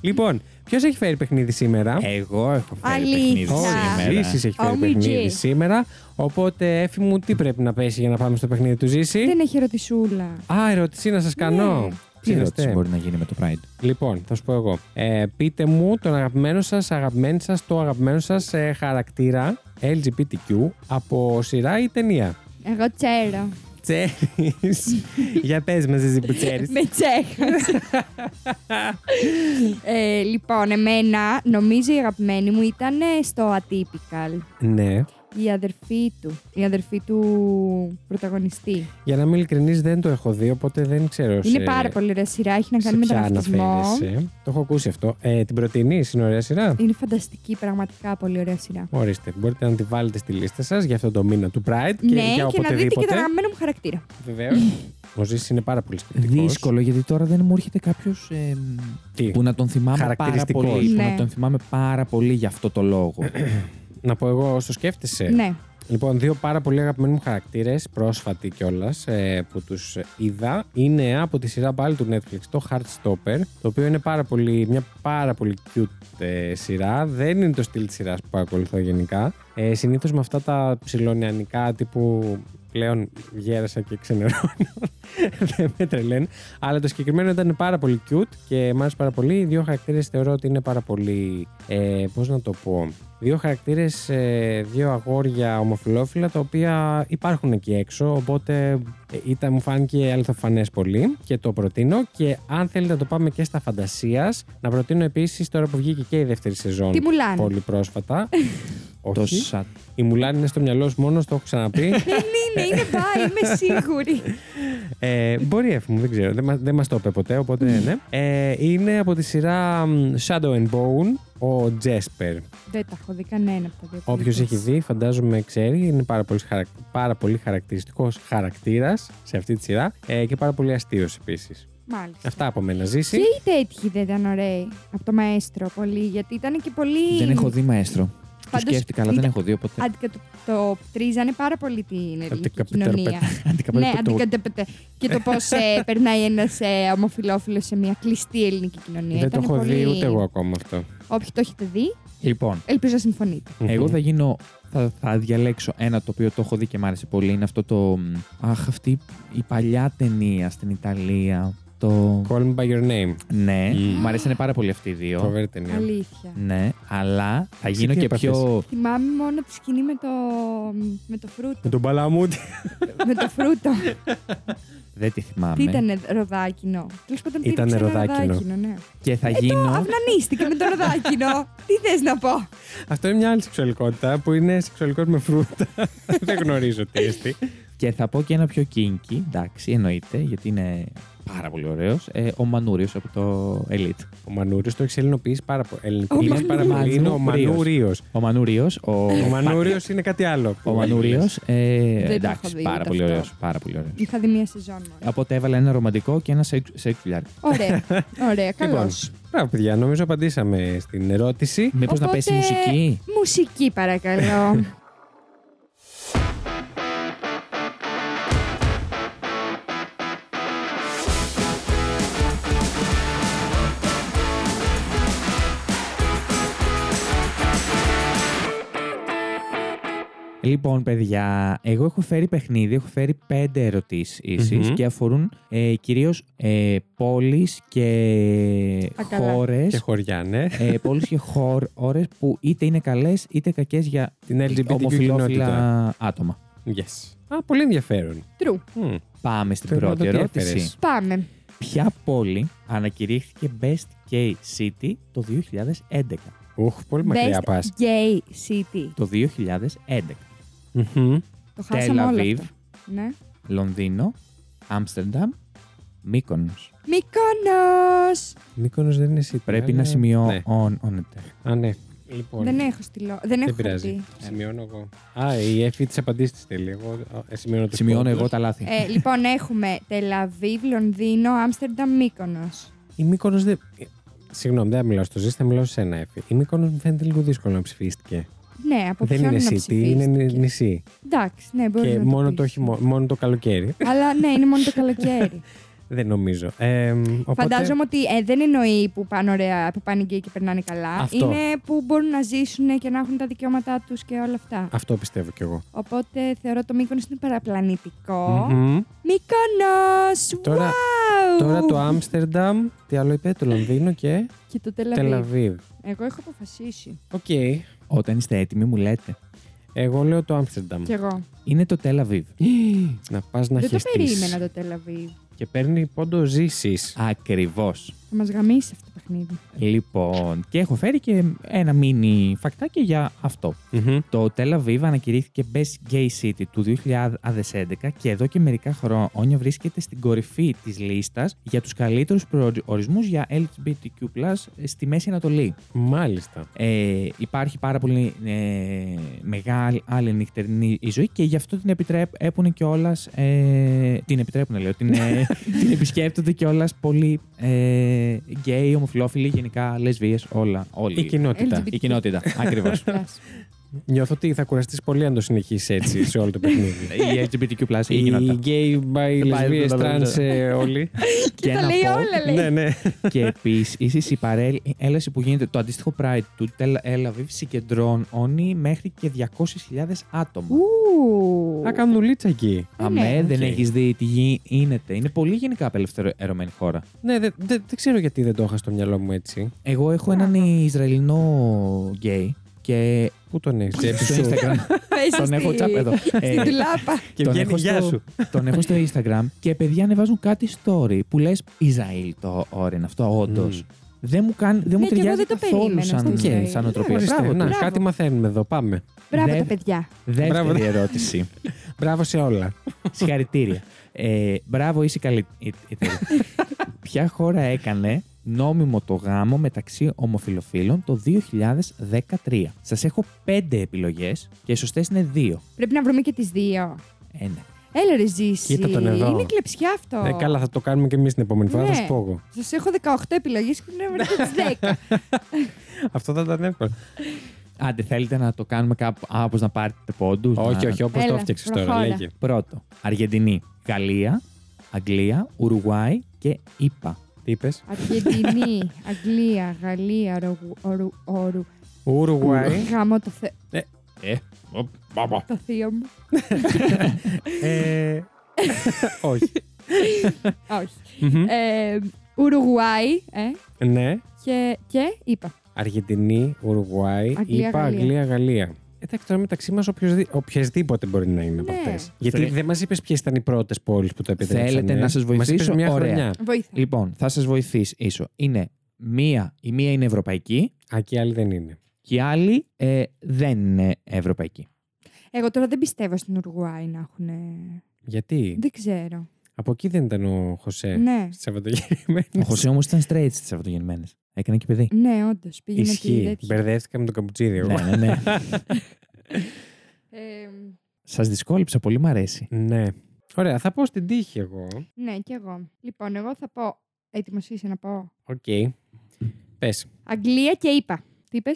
S1: λοιπόν, ποιος έχει φέρει παιχνίδι σήμερα?
S3: Εγώ έχω φέρει
S2: Αλήθεια.
S3: παιχνίδι
S1: Ο
S3: Ε, σήμερα.
S1: Ζήσης έχεις φέρει
S2: Ο
S1: παιχνίδι
S2: Μιτζή.
S1: σήμερα. Οπότε, έφη μου, τι πρέπει να πέσει για να πάμε στο παιχνίδι του Ζήση.
S2: Δεν έχει ερωτησούλα.
S1: Α, ερώτηση να σας κάνω.
S2: Ναι.
S3: Τι
S1: Ξέρετε.
S3: ερώτηση μπορεί να γίνει με το Pride.
S1: Λοιπόν, θα σου πω εγώ. Ε, πείτε μου τον αγαπημένο σας, αγαπημένη σας, το αγαπημένο σας χαρακτήρα LGBTQ από σειρά ή ταινία.
S2: Εγώ ξέρω.
S1: Ξέρει. για πες μα, εσύ που ξέρει.
S2: Με τσέχασε. ε, λοιπόν, εμένα νομίζω η αγαπημένη μου ήταν ε, στο Atypical.
S1: ναι.
S2: Η αδερφή του. Η αδερφή του πρωταγωνιστή.
S1: Για να είμαι ειλικρινής, δεν το έχω δει, οπότε δεν ξέρω. σε-
S2: Είναι πάρα πολύ ωραία σειρά. Έχει να
S1: σε
S2: κάνει με τον
S1: ποια
S2: αυτισμό.
S1: αναφέρεσαι. Το έχω ακούσει αυτό. Ε, την προτείνει, είναι ωραία σειρά.
S2: Είναι φανταστική, πραγματικά πολύ ωραία σειρά.
S1: Ορίστε, μπορείτε να τη βάλετε στη λίστα σας για αυτό το μήνα του Pride και
S2: ναι,
S1: για
S2: και να δείτε και
S1: οποτεδήποτε.
S2: τον αγαπημένο μου χαρακτήρα.
S1: Βεβαίως. Ο Ζήσης είναι πάρα πολύ σκεπτικός.
S3: Δύσκολο γιατί τώρα δεν μου έρχεται κάποιος
S1: Τι?
S3: που να τον θυμάμαι πάρα
S1: Χαρακτηριστικός.
S3: πολύ. Που
S2: Ναι.
S3: να τον θυμάμαι πάρα πολύ για αυτό το λόγο.
S1: Να πω εγώ όσο σκέφτεσαι.
S2: Ναι.
S1: Λοιπόν, δύο πάρα πολύ αγαπημένοι μου χαρακτήρες, πρόσφατοι κιόλας, που τους είδα, είναι από τη σειρά πάλι του Netflix, το Heartstopper, το οποίο είναι πάρα πολύ, μια πάρα πολύ cute ε, σειρά. Δεν είναι το στυλ της σειράς που ακολουθώ γενικά. Ε, Συνήθως με αυτά τα ψηλονιανικά τύπου πλέον γέρασα και ξενερώνω. Δεν με τρελαίνουν. Αλλά το συγκεκριμένο ήταν πάρα πολύ cute και μ' άρεσε πάρα πολύ. Οι δύο χαρακτήρες θεωρώ ότι είναι πάρα πολύ. Ε, Πώς να το πω. Δύο χαρακτήρες, δύο αγόρια ομοφυλόφιλα τα οποία υπάρχουν εκεί έξω. Οπότε ε, ήταν, μου φάνηκε αληθοφανές πολύ και το προτείνω. Και αν θέλετε να το πάμε και στα φαντασίας, να προτείνω επίσης τώρα που βγήκε και η δεύτερη σεζόν.
S2: Τη Μουλάν.
S1: Πολύ πρόσφατα.
S3: Το
S1: Όχι.
S3: σα...
S1: Η Μουλάν είναι στο μυαλό σου μόνος, το έχω ξαναπεί.
S2: Δεν είναι, Ναι, είναι μπα, είμαι σίγουρη.
S1: Ε, μπορεί έφη μου, δεν ξέρω. Δεν, μα- δεν μας το είπε ποτέ, οπότε ναι. Ε, είναι από τη σειρά μ, Shadow and Bone ο Τζέσπερ.
S2: Δεν τα έχω δει κανένα από τα δύο.
S1: Όποιος έχει δει, φαντάζομαι ξέρει, είναι πάρα πολύ, χαρακ... πάρα πολύ χαρακτηριστικός χαρακτήρας σε αυτή τη σειρά ε, και πάρα πολύ αστείος επίσης.
S2: Μάλιστα.
S1: Αυτά από μένα,
S2: Και
S1: Ζήση.
S2: οι τέτοιοι δεν ήταν ωραίοι από το μαέστρο πολύ, γιατί ήταν και πολύ.
S3: Δεν έχω δει μαέστρο. Το
S2: Πάντως,
S3: σκέφτηκα, αλλά δεν
S2: ήταν-
S3: έχω δει οπότε.
S2: Αντικατοπτρίζανε πάρα πολύ την ελληνική
S1: Αντικαπιτέρπε-
S2: κοινωνία. ναι,
S3: Αντικαπέλα το-
S2: αντικατοπτρίζανε. Και το πώς περνάει ένας ε, ομοφυλόφιλος σε μια κλειστή ελληνική κοινωνία.
S1: Δεν το
S2: Ήτανε
S1: έχω
S2: πολύ...
S1: δει ούτε εγώ ακόμα αυτό.
S2: Όποιοι το έχετε δει,
S3: Λοιπόν,
S2: ελπίζω να συμφωνείτε.
S3: εγώ θα γίνω. Θα, θα διαλέξω ένα το οποίο το έχω δει και μ' άρεσε πολύ. Είναι αυτό το. μ, Αχ, αυτή η παλιά ταινία στην Ιταλία. Το.
S1: Call me by your name.
S3: Ναι,
S1: Mm.
S3: μου αρέσανε πάρα πολύ αυτοί οι δύο.
S1: Φοβερή ταινία.
S2: Αλήθεια.
S3: Ναι, αλλά θα
S1: Εσύ
S3: γίνω
S1: τι
S3: και
S1: έπαθες?
S3: πιο.
S2: Θυμάμαι μόνο τη σκηνή με το, με το φρούτο.
S1: Με τον Παλαμούτι.
S2: με το φρούτο.
S3: Δεν τη θυμάμαι.
S2: τι ήταν ροδάκινο. Τέλος πάντων,
S1: Ήτανε
S2: πήραξε ένα
S1: ροδάκινο. Ε,
S2: ναι.
S3: Και θα
S2: Το
S3: γίνω.
S2: αυνανίστηκε με το ροδάκινο. τι θες να πω.
S1: Αυτό είναι μια άλλη σεξουαλικότητα που είναι σεξουαλικό με φρούτα. δεν γνωρίζω τι είστε.
S3: Και θα πω και ένα πιο kinky, εντάξει, εννοείται, γιατί είναι πάρα πολύ ωραίος. Ε, ο Μανούριος από το Elite.
S1: Ο Μανούριος το έχει ελληνοποιήσει πάρα πολύ.
S2: Μανούριος.
S1: Ελληνικοποιήσει πάρα πολύ. Είναι ο Μανούριος.
S3: Ο Μανούριος. Ο,
S1: Ο Μανούριος είναι κάτι άλλο.
S3: Ε, Ο Μανούριο.
S2: Δεν
S3: Ε,
S2: το
S3: εντάξει,
S2: έχω δει
S3: πάρα
S2: ούτε
S3: πολύ
S2: αυτό.
S3: ωραίος. Πάρα πολύ ωραίος.
S2: Είχα δει μία σεζόν μόνο.
S3: Οπότε έβαλα ένα ρομαντικό και ένα σεξουαλιάρ.
S2: Ωραία, ωραία,
S1: Λοιπόν,
S2: καλώ.
S1: μπράβο, παιδιά, νομίζω απαντήσαμε στην ερώτηση.
S3: Μήπως να
S2: Οπότε,
S3: πέσει μουσική.
S2: Μουσική, παρακαλώ.
S3: Λοιπόν, παιδιά, εγώ έχω φέρει παιχνίδι, έχω φέρει πέντε ερωτήσεις
S1: Μμμ.
S3: και αφορούν ε, κυρίως ε, πόλεις και
S2: Α, καλά.
S1: Και
S3: χώρες
S1: χωριά, ναι.
S3: ε, πόλεις και χώρες που είτε είναι καλές είτε κακές για
S1: Την LGBTQ κοινότητα.
S3: ομοφυλόφιλα άτομα.
S1: Yes. Α, πολύ ενδιαφέρον.
S2: True.
S1: Μμ.
S3: Πάμε στην
S1: Θέλω να
S3: πρώτη
S1: δω τι
S3: ερώτηση.
S1: έφερες.
S2: Πάμε.
S3: Ποια πόλη ανακηρύχθηκε Best Gay City το 2011.
S1: Ουχ, πολύ μακριά
S2: Best
S1: πας.
S2: Gay City.
S3: Το 2011.
S2: Το χάσαμε όλο
S3: Τελαβίβ,
S2: αυτό. Ναι.
S3: Λονδίνο, Άμστερνταμ, Μύκονος.
S2: Μυκόνος.
S1: Μήκονο δεν είναι εσύ.
S3: Πρέπει να σημειώνεται.
S1: Α, ναι. Λοιπόν,
S2: Δεν έχω στυλό. Δεν
S1: δεν
S2: έχω
S1: πειράζει.
S2: πει.
S1: Σημειώνω εγώ. Α, η Εφη τη απαντήσει τη στέλνει. Εγώ ε, σημειώνω το
S3: Σημειώνω
S1: σκόπελο.
S3: εγώ τα λάθη.
S2: Ε, λοιπόν, έχουμε Τελαβίβ, Λονδίνο, Άμστερνταμ, Μύκονος.
S1: Η Μύκονος δεν. ε, Συγγνώμη, δεν θα μιλάω στο Ζήση, θα μιλάω σε ένα Εφη. Η Μύκονος μου φαίνεται λίγο δύσκολο να ψηφίστηκε.
S2: Ναι, από
S1: δεν
S2: ποιον
S1: είναι
S2: να
S1: city, είναι
S2: ψηφίστηκε.
S1: νη- νησί.
S2: Εντάξει, ναι, μπορεί
S1: Και
S2: να το
S1: μόνο
S2: πεις.
S1: το, χειμώ- μόνο το καλοκαίρι.
S2: Αλλά ναι, είναι μόνο το καλοκαίρι.
S1: Δεν νομίζω. Ε, μ, οπότε-
S2: Φαντάζομαι ότι ε, δεν εννοεί που πάνε, ωραία, που πάνε γκέι και περνάνε καλά.
S1: Αυτό.
S2: Είναι που μπορούν να ζήσουν και να έχουν τα δικαιώματά τους και όλα αυτά.
S1: Αυτό πιστεύω κι εγώ.
S2: Οπότε θεωρώ το Μύκονος είναι παραπλανητικό.
S1: Μμμ. Ε,
S2: Μύκονος!
S1: Τώρα-
S2: wow!
S1: Τώρα το Άμστερνταμ, τι άλλο είπε, το Λονδίνο και
S2: Και το Τελαβίβ.
S1: Τελαβίβ.
S2: Εγώ έχω αποφασίσει.
S1: Οκ.
S3: Όταν είστε έτοιμοι, μου λέτε.
S1: Εγώ λέω το Άμστερνταμ.
S2: Κι εγώ.
S3: Είναι το Τελαβίβ.
S1: Να πας να
S2: δεν το
S1: χεστείς.
S2: περίμενα το Τελαβίβ.
S1: Και παίρνει πόντο ζήσεις.
S3: Ακριβώς.
S2: Θα μας γαμίσει αυτό το παιχνίδι.
S3: Λοιπόν, και έχω φέρει και ένα μίνι φακτάκι για αυτό.
S1: Μμμ.
S3: Το Tel Aviv ανακηρύχθηκε Best Gay City του 2011 και εδώ και μερικά χρόνια βρίσκεται στην κορυφή της λίστας για τους καλύτερους προορισμούς για LGBTQ+, στη Μέση Ανατολή.
S1: Μάλιστα.
S3: Ε, υπάρχει πάρα πολύ ε, μεγάλη άλλη νυχτερινή η ζωή και γι' αυτό την επιτρέπουν κιόλας. Ε, την επιτρέπουν, λέω. Την, ε, την επισκέπτονται κιόλας πολύ ε, γκέι, ομοφυλόφιλοι, γενικά λεσβείες, όλα. Όλοι.
S1: Η κοινότητα.
S2: LGBT.
S3: Η κοινότητα. Ακριβώς.
S2: Φράση.
S1: Νιώθω ότι θα κουραστείς πολύ αν το συνεχίσεις έτσι σε όλο το παιχνίδι.
S3: Η LGBTQ+, η
S1: Οι
S3: γυναίκα.
S1: gay, by, lesbians, trans, ε, όλοι.
S2: Και τα
S3: να
S2: λέει
S3: πω-
S2: όλα, λέει.
S1: Ναι, ναι.
S3: και επίσης η παρέλ, η έλαση που γίνεται το αντίστοιχο Pride του Τελ Ελαβίβ συγκεντρώνει μέχρι και 200.000 άτομα.
S2: Ου.
S1: Θα κάνουν λίτσα εκεί.
S2: Ναι.
S3: Αμέ, ναι, δεν
S1: Οκ.
S3: έχεις δει τι γι- γίνεται. Είναι πολύ γενικά απελευθερωμένη χώρα.
S1: Ναι, δεν δεν- δεν ξέρω γιατί δεν το είχα στο μυαλό μου έτσι.
S3: Εγώ έχω έναν Ισραηλινό γκέι και
S1: Πού τον έχεις.
S3: στο Instagram.
S2: Πες
S3: τον
S2: στη-
S3: έχω τσάπ εδώ.
S2: Στην
S3: Ε,
S2: τουλάπα.
S1: Και
S3: τον
S1: βγαίνει
S3: έχω
S1: γεια
S3: στο-
S1: σου.
S3: Τον έχω στο Instagram και παιδιά ανεβάζουν κάτι story που λες Ισραήλ το όρο είναι αυτό, όντως.
S1: Μμμ.
S3: Δεν μου, κάνει, δεν μου
S2: Ναι, και εγώ
S3: ταιριάζει
S2: δεν το
S3: καθόλου
S2: περίμενα στο
S3: σαν,
S2: Ισραήλ. Ναι.
S3: σαν οτροπία.
S1: Ορίστε,
S3: Μπράβο,
S1: να,
S2: μπράβο.
S1: κάτι μαθαίνουμε εδώ. Πάμε.
S2: Μπράβο
S3: Δε-
S2: τα παιδιά.
S1: Μπράβο.
S3: Δεύτερη ερώτηση.
S1: Μπράβο σε όλα.
S3: Συγχαρητήρια. Ε, μπράβο, είσαι καλή. Ε, η- η τέλεια. Ποια χώρα έκανε νόμιμο το γάμο μεταξύ ομοφιλοφίλων το 2013. Σας έχω πέντε επιλογές και οι σωστές είναι δύο.
S2: Πρέπει να βρούμε και τις δύο.
S3: Ένα.
S2: Έλα ρε Ζήση.
S1: Κοίτα τον εδώ.
S2: Είναι κλεψιά αυτό.
S1: Ε, καλά, θα το κάνουμε και εμείς την επόμενη φορά. Θα
S2: Ναι.
S1: σου πω εγώ.
S2: Σας έχω 18 επιλογές και πρέπει να βρείτε τι 10.
S1: Αυτό θα ήταν εύκολο.
S3: Άντε, θέλετε να το κάνουμε κάπου, όπως να πάρετε πόντους.
S1: Όχι,
S3: να-
S1: όχι, όπως το
S2: Έλα,
S1: έφτιαξες τώρα.
S2: προχώρα.
S1: Λέγε.
S3: Πρώτο, Αργεντινή, Γαλλία, Αγγλία, Ουρουγουάη και ΙΠΑ.
S1: Τι είπες.
S2: Αργεντινή, Αγγλία, Γαλλία, Ρου- Ορου. Ορου.
S1: Ουρουγουάη.
S2: Γάμο το, θε-
S3: Ε, μπαμπα.
S2: το θείο μου.
S1: Ε, Όχι.
S2: Όχι.
S1: Μμμ.
S2: Ε, Ουρουγουάη ε,
S1: Ναι.
S2: και, και είπα.
S1: Αργεντινή, Ουρουγουάη,
S2: Αγγλία,
S1: είπα
S2: Γαλλία.
S1: Αγγλία, Γαλλία. Ε, Εντάξει, τώρα μεταξύ μας οποιασδήποτε μπορεί να είναι από
S2: Ναι.
S1: αυτές. Γιατί
S3: Θέλ-
S1: δεν μας είπες ποιες ήταν οι πρώτες πόλεις που το επιτρέψαν.
S3: Θέλετε
S1: ε.
S3: να σας
S1: Μας είπες
S3: βοηθήσω?
S1: μια
S3: Ωραία.
S1: χρονιά.
S2: Βοήθεια.
S3: Λοιπόν, θα σας βοηθήσω. Είναι μία, η μία είναι ευρωπαϊκή
S1: Α, και οι άλλοι δεν είναι.
S3: και η άλλη ε, δεν είναι ευρωπαϊκή.
S2: Εγώ τώρα δεν πιστεύω στην Ουρουγουάη να έχουν. ε,
S1: Γιατί
S2: Δεν ξέρω.
S1: από εκεί δεν ήταν ο Χωσέ.
S2: Ναι.
S1: Στις Σαββατογεννημένες.
S3: Ο Χωσέ όμως ήταν straight στις Σαββατογεννημένες. Έκανε και παιδί.
S2: Ναι, όντως. Πήγαινε εκεί.
S1: Ισχύει.
S2: τέτοια.
S1: Μπερδεύτηκα με τον καπουτσίδι εγώ.
S3: ναι, ναι, ναι.
S2: Ε,
S3: Σα δυσκόλεψα πολύ, μ' αρέσει.
S1: Ναι. Ωραία, θα πω στην τύχη εγώ.
S2: ναι, κι εγώ. Λοιπόν, εγώ θα πω. Έτοιμο είσαι να πω.
S1: Οκ. Πες.
S2: Αγγλία και είπα. Τι είπες.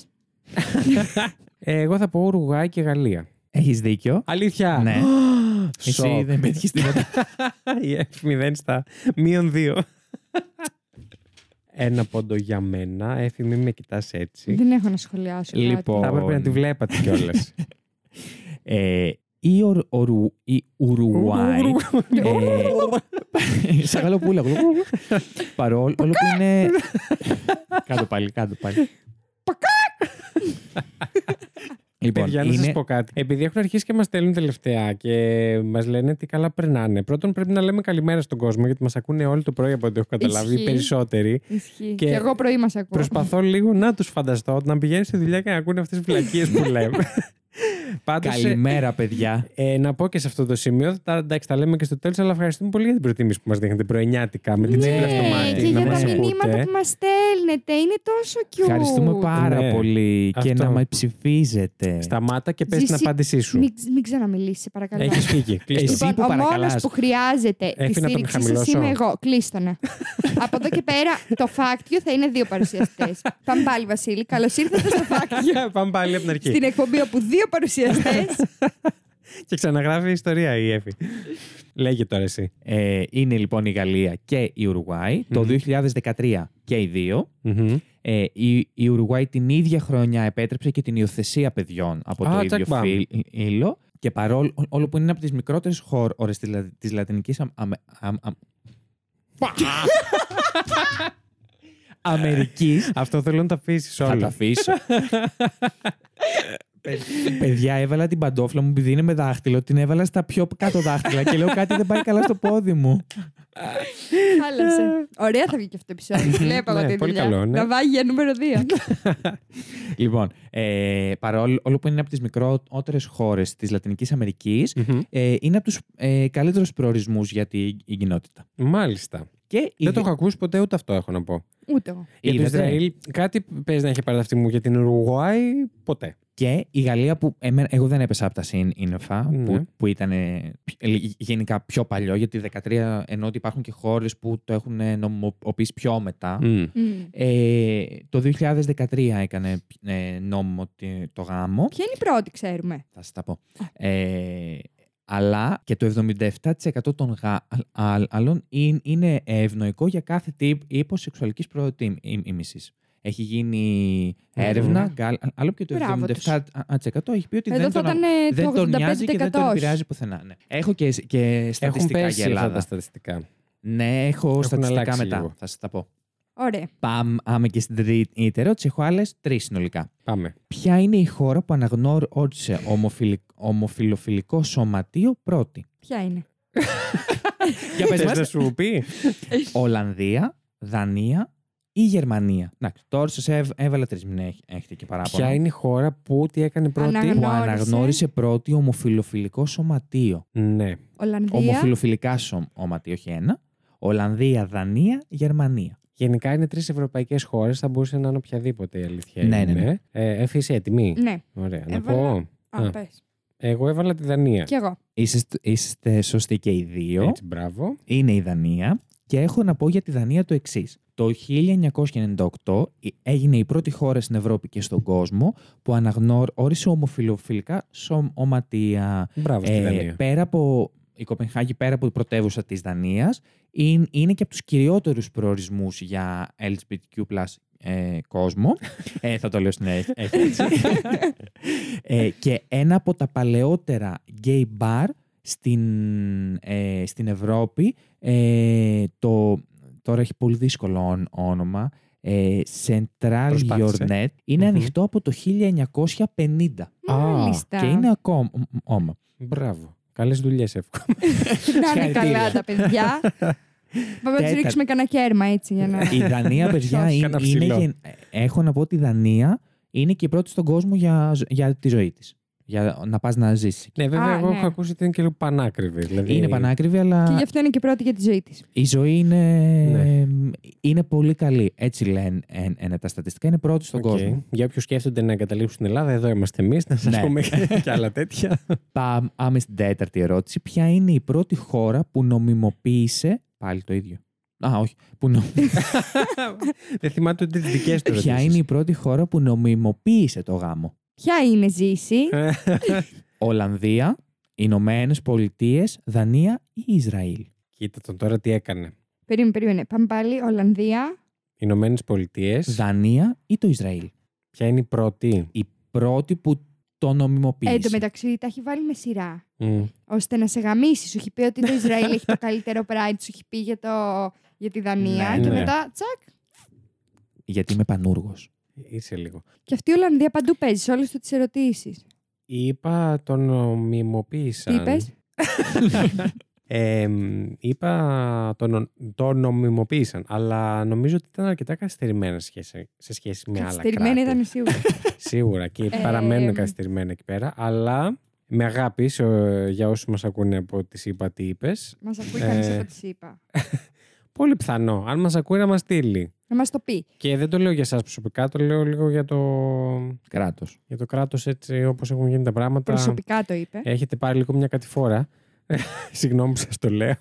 S1: Ε, εγώ θα πω Ουρουγουάη και Γαλλία.
S3: Έχεις δίκιο.
S1: Αλήθεια.
S3: Ναι. Εσύ
S1: Σοκ.
S3: δεν πέτυχες τίποτα.
S1: Η F0 στα μείον 2. Ένα πόντο για μένα. Εφη, μην με κοιτάς έτσι.
S2: Δεν έχω να σχολιάσω.
S3: Λοιπόν.
S1: Θα έπρεπε να τη βλέπατε κιόλας.
S3: ε, η, Ορ- Ορου- η Ουρουάη.
S1: Λοιπόν,
S3: ε, Σαν γαλοπούλα. Παρόλο όλο που είναι. Κάτω πάλι, κάτω πάλι.
S1: Ε,
S3: Λοιπόν,
S1: Παιδιά, να σας
S3: είναι
S1: πω κάτι. Επειδή έχουν αρχίσει και μας στέλνουν τελευταία και μας λένε τι καλά περνάνε. Πρώτον, πρέπει να λέμε καλημέρα στον κόσμο, γιατί μας ακούνε όλοι το πρωί από ό,τι έχω καταλάβει, οι
S2: Ισχύει.
S1: περισσότεροι.
S2: κάτι. Ισχύει.
S1: Και-
S2: Και... εγώ πρωί μας ακούω.
S1: Προσπαθώ λίγο να τους φανταστώ να πηγαίνουν στη δουλειά και να ακούνε αυτές τις βλακίες που λέμε. Πάντως.
S3: Καλημέρα, παιδιά.
S1: Ε, να πω και σε αυτό το σημείο, τα, εντάξει, τα λέμε και στο τέλος, αλλά ευχαριστούμε πολύ για την προτίμηση που μας δείχνετε πρωινιάτικα με την
S2: Ναι,
S1: τσίπρα στο μάτι.
S2: και
S1: να
S2: για τα
S1: μας
S2: μηνύματα
S1: ακούτε.
S2: που μας στέλνετε. Είναι τόσο cute.
S3: Ευχαριστούμε πάρα
S1: Ναι.
S3: πολύ και
S1: Αυτό.
S3: να μα ψηφίζετε.
S1: Σταμάτα και πες την
S2: Ζήση-
S1: απάντησή σου.
S2: Μην, ξ- μην ξαναμιλήσεις, σε παρακαλώ. Λοιπόν,
S1: Έχεις φύγει. Κλείστο.
S3: Εσύ που
S2: ο μόνος
S3: παρακαλάς.
S2: που χρειάζεται
S1: Έφη,
S2: τη
S1: να τον
S2: στήριξή σας
S1: χαμηλώσω.
S2: είμαι εγώ. Κλείστονα. Από εδώ και πέρα το φάκτιο θα είναι δύο παρουσιαστές. Πάμε πάλι, Βασίλη. Καλώς ήρθατε στο φάκτιο.
S1: Για, Πάμε πάλι από την αρχή.
S2: Στην εκπομπή όπου δύο παρουσιαστές.
S1: Και ξαναγράφει ιστορία η Εφη. Λέγε τώρα εσύ.
S3: Ε, είναι λοιπόν η Γαλλία και η Ουρουάη το 2013 και οι δύο.
S1: Μμμ.
S3: Ε, η, η Ουρουάη την ίδια χρονιά επέτρεψε και την υιοθεσία παιδιών από
S1: Α,
S3: το
S1: τσακ
S3: ίδιο
S1: μπαμ.
S3: φύλ- ε, ύλο. Και παρόλο όλο που είναι από τις μικρότερες χώρε τη Λατινική Αμερικής.
S1: Αυτό θέλω να τα αφήσεις
S3: Θα τα
S1: όλα.
S3: αφήσω. Παι- Παιδιά, έβαλα την παντόφλα μου επειδή είναι με δάχτυλο. Την έβαλα στα πιο κάτω δάχτυλα και λέω κάτι δεν πάει καλά στο πόδι μου.
S2: Χάλασε. Ωραία θα βγει αυτό το επεισόδιο. Βλέπω
S1: Ναι,
S2: εγώ τη
S1: πολύ
S2: δουλειά.
S1: καλό, ναι.
S2: Να βάγει για νούμερο 2.
S3: λοιπόν, ε, παρόλο όλο που είναι από τις μικρότερες χώρες της Λατινικής Αμερικής,
S1: Μμμ.
S3: ε, είναι από τους ε, καλύτερους προορισμούς για την η κοινότητα.
S1: Μάλιστα.
S3: Και η
S1: Δεν το
S3: δε-
S1: έχω ακούσει ποτέ, ούτε αυτό έχω να πω.
S2: Ούτε εγώ.
S1: Για το
S3: είδατε. ναι.
S1: Ισραήλ, κάτι παίζει να έχει πάρει αυτή μου για την Ουρουγουάη, ποτέ.
S3: Και η Γαλλία που εμέ- εγώ δεν έπεσα από τα συν ίνεφα,
S1: Ναι.
S3: που, που ήταν ε, πι- ε, γενικά πιο παλιό, γιατί 13 ενώ ότι υπάρχουν και χώρες που το έχουν ε, νομιμοποιήσει πιο μετά.
S1: Μμ.
S2: Μμ.
S3: Ε, το 2013 έκανε ε, νόμο τη- το γάμο.
S2: Ποια είναι η πρώτη, ξέρουμε.
S3: Θα σας τα πω. Ε, αλλά και το 77% των Γάλλων είναι- είναι ευνοϊκό για κάθε τύπ υποσεξουαλικής προτίμησης. Έχει γίνει έρευνα, Γάλλ- άλλο και το
S2: Μπράβο τους.
S3: 77% έχει πει ότι
S2: Εδώ
S3: δεν
S2: θα
S3: τον,
S2: ήταν ε,
S3: δεν
S2: το
S3: τον νοιάζει και δεν
S2: 85%
S3: τον
S2: όχι.
S3: επηρεάζει πουθενά. Ναι. Έχω και, και
S1: Έχουν
S3: στατιστικά
S1: πέσει
S3: για
S1: αυτά τα
S3: Ελλάδα.
S1: στατιστικά.
S3: Ναι, έχω στατιστικά
S1: αλλάξει
S3: μετά.
S1: λίγο.
S3: Θα σας τα πω.
S2: Ωραία.
S3: Πάμε και στην τρίτη ερώτηση. Έχω άλλες τρεις συνολικά.
S1: Πάμε.
S3: Ποια είναι η χώρα που αναγνώρισε ομοφιλι- ομοφιλοφιλικό σωματείο πρώτη.
S2: Ποια είναι.
S3: Για πες
S1: Θες να
S3: μας.
S1: σου πει.
S3: Ολλανδία, Δανία ή Γερμανία. Να, τώρα σας έβ, έβαλα τρεις, μην έχ- έχετε και παράπονα.
S1: Ποια είναι η χώρα που τι έκανε πρώτη.
S2: Αναγνω-
S3: που
S2: Αναγνώρισε.
S3: αναγνώρισε πρώτη ομοφιλοφιλικό σωματείο.
S1: Ναι.
S2: Ολλανδία.
S3: Ομοφιλοφιλικά σωματείο, όχι ένα. Ολλανδία, Δανία, Γερμανία.
S1: Γενικά είναι τρεις ευρωπαϊκές χώρες, θα μπορούσε να είναι οποιαδήποτε η αλήθεια.
S3: Ναι, ναι,
S1: είναι.
S3: ναι.
S1: Ε, Εφη, είσαι έτοιμη.
S2: Ναι.
S1: Ωραία. Να
S2: Έβαλα-
S1: πω.
S2: Α,
S1: Α.
S2: πες.
S1: Εγώ έβαλα τη Δανία.
S2: Κι εγώ.
S3: Είστε, είστε σωστοί και οι δύο.
S1: Έτσι, μπράβο.
S3: είναι η Δανία και έχω να πω για τη Δανία το εξής. Το 1998 έγινε η πρώτη χώρα στην Ευρώπη και στον κόσμο που αναγνώρισε ομοφιλοφιλικά σωματεία.
S1: Μπράβο στη
S3: Ε,
S1: Δανία.
S3: πέρα από η Κοπενχάγη, πέρα από την πρωτεύουσα της Δανίας, είναι, είναι και από τους κυριότερους προορισμούς για LGBTQ+, ε, κόσμο. ε, θα το λέω στην έ- έ- έτσι. ε, και ένα από τα παλαιότερα gay bar στην, ε, στην Ευρώπη, ε, το, τώρα έχει πολύ δύσκολο όν- όνομα, ε, Central
S1: Προσπάθησε.
S3: Jornet, είναι
S1: Μμμ.
S3: ανοιχτό από το 1950.
S1: Α,
S2: Μάλιστα.
S3: Και είναι ακόμα.
S1: Μπράβο. Καλές δουλειές, εύχομαι.
S2: Να είναι
S3: Συγχαρητήρια.
S2: καλά τα παιδιά. Πάμε να
S3: Τέταρτη.
S2: του ρίξουμε κανένα κέρμα έτσι για να.
S3: Η Δανία, παιδιά,
S1: Σωστά.
S3: είναι,
S1: Κάνα
S3: είναι
S1: ψηλό.
S3: γεν- έχω να πω ότι η Δανία είναι και η πρώτη στον κόσμο για, ζ- για τη ζωή της. Για να πας να ζήσεις.
S1: Ναι, βέβαια,
S2: Α,
S1: εγώ
S2: ναι.
S1: έχω ακούσει ότι είναι και λίγο πανάκριβη. Δηλαδή...
S3: Είναι πανάκριβη,
S2: Και γι'
S3: αλλά
S2: αυτό είναι και πρώτη για τη ζωή της.
S3: η ζωή είναι,
S1: Ναι.
S3: είναι πολύ καλή. Έτσι λένε εν- εν- τα στατιστικά. Είναι πρώτη στον
S1: Οκ.
S3: κόσμο.
S1: Για όποιους σκέφτονται να εγκαταλείψουν την Ελλάδα, εδώ είμαστε εμείς, να σας
S3: Ναι.
S1: πούμε και άλλα τέτοια.
S3: Πάμε στην τέταρτη ερώτηση. Ποια είναι η πρώτη χώρα που νομιμοποίησε. Πάλι το ίδιο. Α, όχι. Που νο-
S1: Δεν θυμάται ούτε τις δικές τους
S3: Ποια είναι η πρώτη χώρα που νομιμοποίησε το γάμο.
S2: Ποια είναι ζήση.
S3: Ε. Ολλανδία, Ηνωμένες Πολιτείες, Δανία ή Ισραήλ.
S1: Κοίτα τον τώρα τι έκανε.
S2: περίμενε, περίμενε. Πάμε πάλι. Ολλανδία.
S1: Ηνωμένες Πολιτείες.
S3: Δανία ή το Ισραήλ.
S1: Ποια είναι η πρώτη.
S3: Η πρώτη που το νομιμοποίησε.
S2: Ε, εν τω μεταξύ τα έχει βάλει με σειρά.
S1: Μμ.
S2: Ώστε να σε γαμίσει. Σου έχει πει ότι το Ισραήλ έχει το καλύτερο pride. Σου έχει πει για, το... για τη Δανία.
S3: Ναι,
S2: και
S1: ναι.
S2: μετά τσακ.
S3: Γιατί είμαι πανούργος.
S1: Είσαι λίγο.
S2: Και αυτή η Ολλανδία παντού παίζει σε όλες τις ερωτήσεις.
S1: Είπα τον νομιμοποίησαν.
S2: Τι είπες?
S1: Ε, μ, είπα τον, νο- τον νομιμοποίησαν, αλλά νομίζω ότι ήταν αρκετά καθυστερημένα σχέση, σε σχέση με άλλα κράτη.
S2: Καθυστερημένη ήταν σίγουρα.
S1: Σίγουρα και
S2: Ε,
S1: παραμένουν
S2: εμ.
S1: καθυστερημένα εκεί πέρα, αλλά με αγάπη σε- για όσους μας ακούνε από τις είπα τι είπες,
S2: Μας ακούει κανείς
S1: Ε.
S2: από τη ΣΥΠΑ.
S1: πολύ πιθανό. Αν μας ακούει να μας στείλει.
S2: Να μας το πει.
S1: Και δεν το λέω για εσάς προσωπικά, το λέω λίγο για το,
S3: Κράτος.
S1: για το κράτος έτσι όπως έχουν γίνει τα πράγματα.
S2: Προσωπικά το είπε.
S1: Έχετε πάρει λίγο μια κατηφόρα. Συγγνώμη που σας το λέω.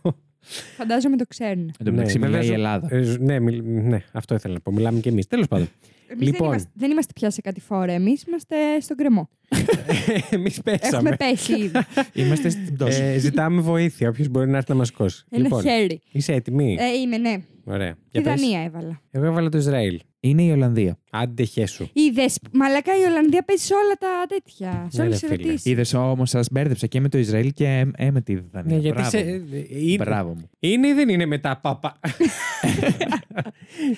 S2: Φαντάζομαι το ξέρουν.
S3: Εν τω
S1: Ναι,
S3: μεταξύ
S1: βέβαια
S3: μιλάει η
S1: ζω-
S3: Ελλάδα.
S1: Ε, ζ- ναι, μιλ- ναι, αυτό ήθελα να πω. Μιλάμε και εμείς. Τέλος πάντων.
S2: Εμείς
S1: Λοιπόν.
S2: δεν, είμαστε, δεν είμαστε πια σε κάτι φόρα. Εμείς είμαστε στον κρεμό.
S1: εμείς
S2: Έχουμε
S1: πέσαμε.
S2: πέσει ήδη.
S3: Είμαστε στην πτώση.
S1: Ε, ζητάμε βοήθεια. Όποιος μπορεί να έρθει να μας σηκώσει.
S2: Ένα
S1: λοιπόν,
S2: χέρι.
S1: είσαι έτοιμη.
S2: Ε, είμαι, ναι.
S1: Ωραία.
S2: Τη
S1: Για πες.
S2: Δανία έβαλα.
S1: Εγώ έβαλα το Ισραήλ.
S3: Είναι η Ολλανδία.
S1: Άντε χέσου.
S2: Είδες, μαλακά η Ολλανδία παίζει σε όλα τα τέτοια. Σε
S1: Ναι,
S2: όλε
S1: ρε
S2: τις
S1: φίλε.
S2: ερωτήσεις.
S3: Είδες όμως, σας μπέρδεψα και με το Ισραήλ και ε, ε, με τη Δανία.
S1: Ναι, γιατί
S3: Μπράβο.
S1: σε,
S3: μου.
S1: ε, είναι,
S3: Μπράβο μου.
S1: είναι ή δεν είναι μετά, παπα.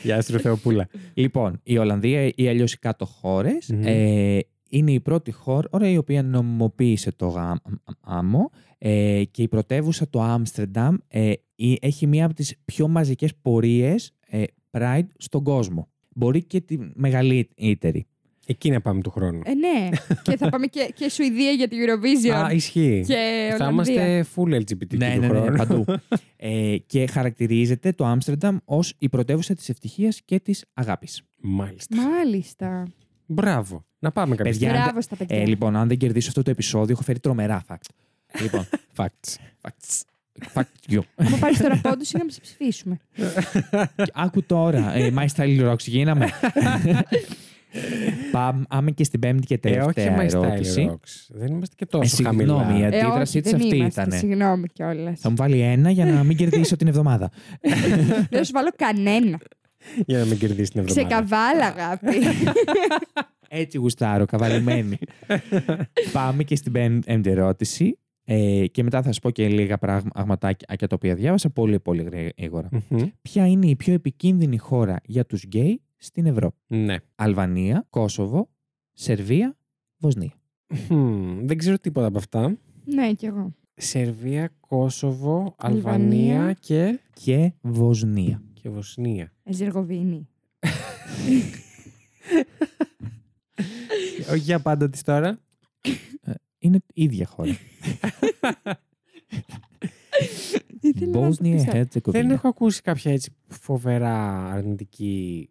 S1: Γεια σου, ρε Θεοπούλα.
S3: Λοιπόν, η Ολλανδία ή αλλιώς οι κάτω χώρες
S1: Μμμ.
S3: ε, είναι η πρώτη χώρα ώρα, η οποία νομιμοποίησε το γάμ- γάμο ε, και η πρωτεύουσα το Άμστερνταμ ε, ε, έχει μία από τις πιο μαζικές πορείες ε, Pride στον κόσμο. Μπορεί και τη μεγαλύτερη.
S1: Εκεί να πάμε του χρόνου.
S2: Ε, ναι. και θα πάμε και, και Σουηδία για την Eurovision.
S1: Α, ισχύει.
S2: και
S1: Θα
S2: Ολλανδία.
S1: είμαστε full LGBT
S3: Ναι,
S1: του
S3: ναι, ναι,
S1: χρόνου.
S3: παντού. ε, και χαρακτηρίζεται το Άμστερνταμ ως η πρωτεύουσα της ευτυχίας και της αγάπης.
S1: Μάλιστα.
S2: Μάλιστα.
S1: Μπράβο. Να πάμε κάποια
S3: Παιδιά,
S1: στιγμή.
S3: αν
S2: Μπράβο στα
S3: δεν- Ε,
S2: παιδιά.
S3: λοιπόν, αν δεν κερδίσω αυτό το επεισόδιο, έχω φέρει τρομερά fact. λοιπόν,
S1: Facts.
S3: facts. Fact you.
S2: Άμα πάρεις τώρα πόντους είναι να σε ψηφίσουμε.
S3: Και Άκου τώρα. ε, My Style Rocks, γίναμε. Πάμε πάμε και στην πέμπτη και
S1: Ε, όχι
S3: τελευταία
S1: My Style
S3: ερώτηση.
S1: Rocks. Δεν είμαστε και
S3: Ε,
S1: τόσο
S3: συγγνώμη,
S1: χαμηλά.
S3: ε,
S1: Ε,
S2: Ε,
S3: αντίδρασή
S2: όχι,
S3: της
S2: δεν
S3: αυτή
S2: είμαστε,
S3: ήτανε.
S2: Συγγνώμη κιόλας.
S3: Θα μου βάλει ένα για να μην κερδίσω την εβδομάδα.
S2: Δεν σου βάλω κανένα.
S1: Για να μην κερδίσει την εβδομάδα.
S2: Ξεκαβάλα, αγάπη.
S3: Έτσι γουστάρω, καβαλημένη. Πάμε και στην πέμπτη ερώτηση. Ε, και μετά θα σας πω και λίγα πραγματάκια τα οποία διάβασα πολύ πολύ γρήγορα.
S1: Μμμ.
S3: Ποια είναι η πιο επικίνδυνη χώρα για τους γκέι στην Ευρώπη.
S1: Ναι.
S3: Αλβανία, Κόσοβο, Σερβία, Βοσνία.
S1: Μμμ. Δεν ξέρω τίποτα από αυτά.
S2: ναι, κι εγώ.
S1: Σερβία, Κόσοβο,
S2: Αλβανία.
S1: Αλβανία και.
S3: Και Βοσνία.
S1: και Βοσνία.
S2: Εζεργοβίνη.
S1: Όχι Ε, για πάντα της τώρα.
S3: Είναι η ίδια χώρα.
S2: Ήθελα να το
S3: Bosnia
S2: πεις αυτό.
S1: Δεν
S3: Herzegovina.
S1: έχω ακούσει κάποια έτσι φοβερά αρνητική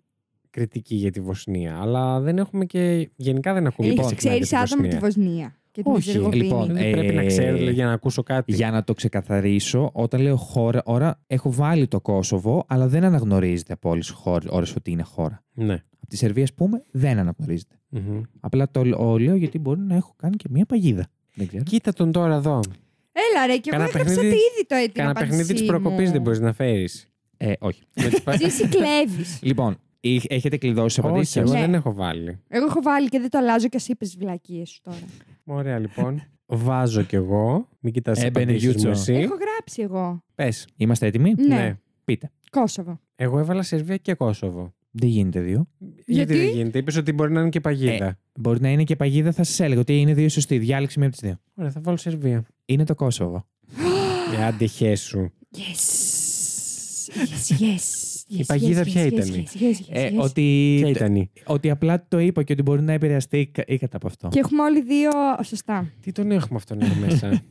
S1: κριτική για τη Βοσνία, αλλά δεν έχουμε και. Γενικά δεν ακούμε
S2: Έχεις
S1: πολύ συχνά
S2: ξέρεις
S1: για τη
S2: άτομα από τη
S1: Βοσνία.
S2: Βοσνία. Και την
S3: Όχι,
S2: Εζεργοβίνη.
S3: λοιπόν.
S1: Δεν πρέπει να
S3: Ε,
S1: ξέρω δηλαδή, για να ακούσω κάτι.
S3: Για να το ξεκαθαρίσω, όταν λέω χώρα, ώρα, έχω βάλει το Κόσοβο, αλλά δεν αναγνωρίζεται από όλες τις ότι είναι χώρα.
S1: Ναι.
S3: Από τη Σερβία, ας πούμε, δεν αναγνωρίζεται.
S1: Μμμ.
S3: Απλά το λ- λέω γιατί μπορεί να έχω κάνει και μία παγίδα. Δεν ξέρω.
S1: Κοίτα τον τώρα εδώ.
S2: Έλα ρε, και εγώ
S1: Κάνα
S2: έγραψα
S1: παιχνίδι-
S2: τι ήδη το έτοιμο.
S1: Κανένα παιχνίδι τη προκοπής δεν μπορείς να φέρεις.
S3: Ε, όχι.
S2: Ζήσει κλέβεις.
S3: Λοιπόν, είχ- έχετε κλειδώσει τις
S1: Όχι,
S3: απαντήσεις
S1: εγώ
S3: σας.
S2: Ναι.
S1: δεν έχω βάλει.
S2: Εγώ έχω βάλει και δεν το αλλάζω και ας είπες βλακίες σου τώρα.
S1: Ωραία, λοιπόν. Βάζω κι εγώ. Μην κοιτάς τις
S3: Έμπαινε
S1: απαντήσεις
S3: Γιούτσο.
S1: μου εσύ.
S2: Έχω γράψει εγώ.
S1: Πες.
S3: Είμαστε έτοιμοι.
S2: Ναι.
S3: Πείτε.
S2: Κόσοβο.
S1: Εγώ έβαλα Σερβία και Κόσοβο.
S3: Δεν γίνεται δύο.
S1: Γιατί, δεν γίνεται. Είπες ότι μπορεί να είναι και παγίδα.
S3: Μπορεί να είναι και παγίδα, θα σα έλεγα ότι είναι δύο σωστοί. Διάλεξη μία από τις δύο.
S1: Ωραία, θα βάλω Σερβία.
S3: Είναι το Κόσοβο.
S1: Ε, άντε χέ σου.
S2: Yes. Yes, yes. yes,
S1: παγίδα
S2: yes,
S1: ποια
S2: yes,
S1: ήταν?
S2: yes, yes, yes,
S3: Ε,
S2: yes.
S3: ότι,
S1: Ποια ήταν η.
S3: ότι απλά το είπα και ότι μπορεί να επηρεαστεί η κα- η κατά από αυτό.
S2: Και έχουμε όλοι δύο σωστά.
S1: Τι τον έχουμε αυτόν εδώ μέσα.